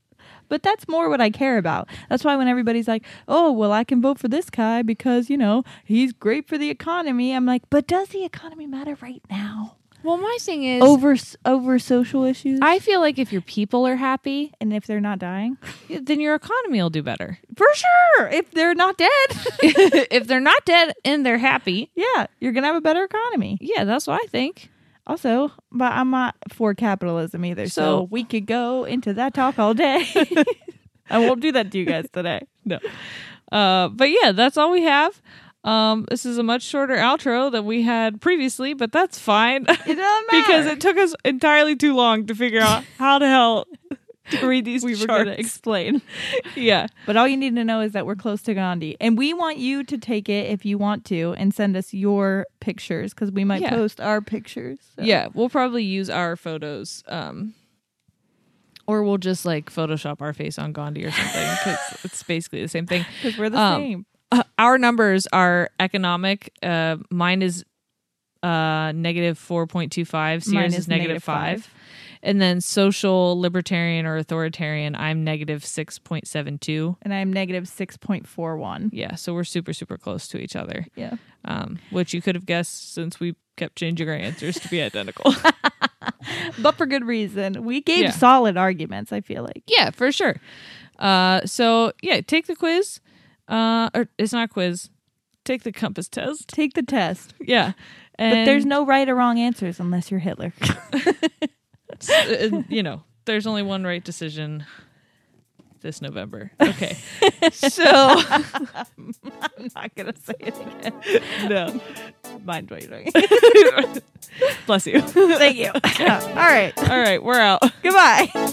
Speaker 3: But that's more what I care about. That's why when everybody's like, "Oh, well, I can vote for this guy because, you know, he's great for the economy." I'm like, "But does the economy matter right now?"
Speaker 1: well, my thing is,
Speaker 3: Over s- over social issues
Speaker 1: I feel like if your people are happy,
Speaker 3: and if they're not dying.
Speaker 1: then your economy will do better.
Speaker 3: For sure. If they're not dead.
Speaker 1: if they're not dead and they're happy,
Speaker 3: yeah, you're going to have a better economy.
Speaker 1: yeah, that's what I think.
Speaker 3: Also, but I'm not for capitalism either. So,
Speaker 1: So-
Speaker 3: we could go into that talk all day. I won't do that to you guys today.
Speaker 1: No. Uh, but yeah, that's all we have. Um, this is a much shorter outro than we had previously, but that's fine.
Speaker 3: It doesn't matter.
Speaker 1: because it took us entirely too long to figure out how the hell to read these
Speaker 3: we were going to
Speaker 1: charts.
Speaker 3: explain.
Speaker 1: yeah,
Speaker 3: But all you need to know is that we're close to Gandhi. And we want you to take it if you want to and send us your pictures because we might
Speaker 1: Yeah.
Speaker 3: post our pictures. So-
Speaker 1: yeah. We'll probably use our photos, um, or we'll just like Photoshop our face on Gandhi or something because it's basically the same thing.
Speaker 3: 'Cause we're the
Speaker 1: Um,
Speaker 3: same.
Speaker 1: Uh, our numbers are economic. Uh, mine is uh negative four point two five.
Speaker 3: Mine
Speaker 1: Sears
Speaker 3: is
Speaker 1: is negative
Speaker 3: negative five.
Speaker 1: five. And then social, libertarian, or authoritarian, I'm negative 6.72.
Speaker 3: And I'm negative 6.41.
Speaker 1: Yeah, so we're super, super close to each other.
Speaker 3: Yeah.
Speaker 1: um, which you could have guessed since we kept changing our answers to be identical.
Speaker 3: But for good reason. We gave
Speaker 1: Yeah.
Speaker 3: solid arguments, I feel like.
Speaker 1: yeah, for sure. Uh, so yeah, take the quiz. Uh, or it's not a quiz. Take the compass test.
Speaker 3: Take the test.
Speaker 1: Yeah, and
Speaker 3: But there's no right or wrong answers unless you're Hitler.
Speaker 1: uh, you know, there's only one right decision this November. Okay, so
Speaker 3: I'm not going to say it again.
Speaker 1: no,
Speaker 3: Mind what you're doing.
Speaker 1: bless you.
Speaker 3: Thank you. All right.
Speaker 1: All right, we're out.
Speaker 3: Goodbye.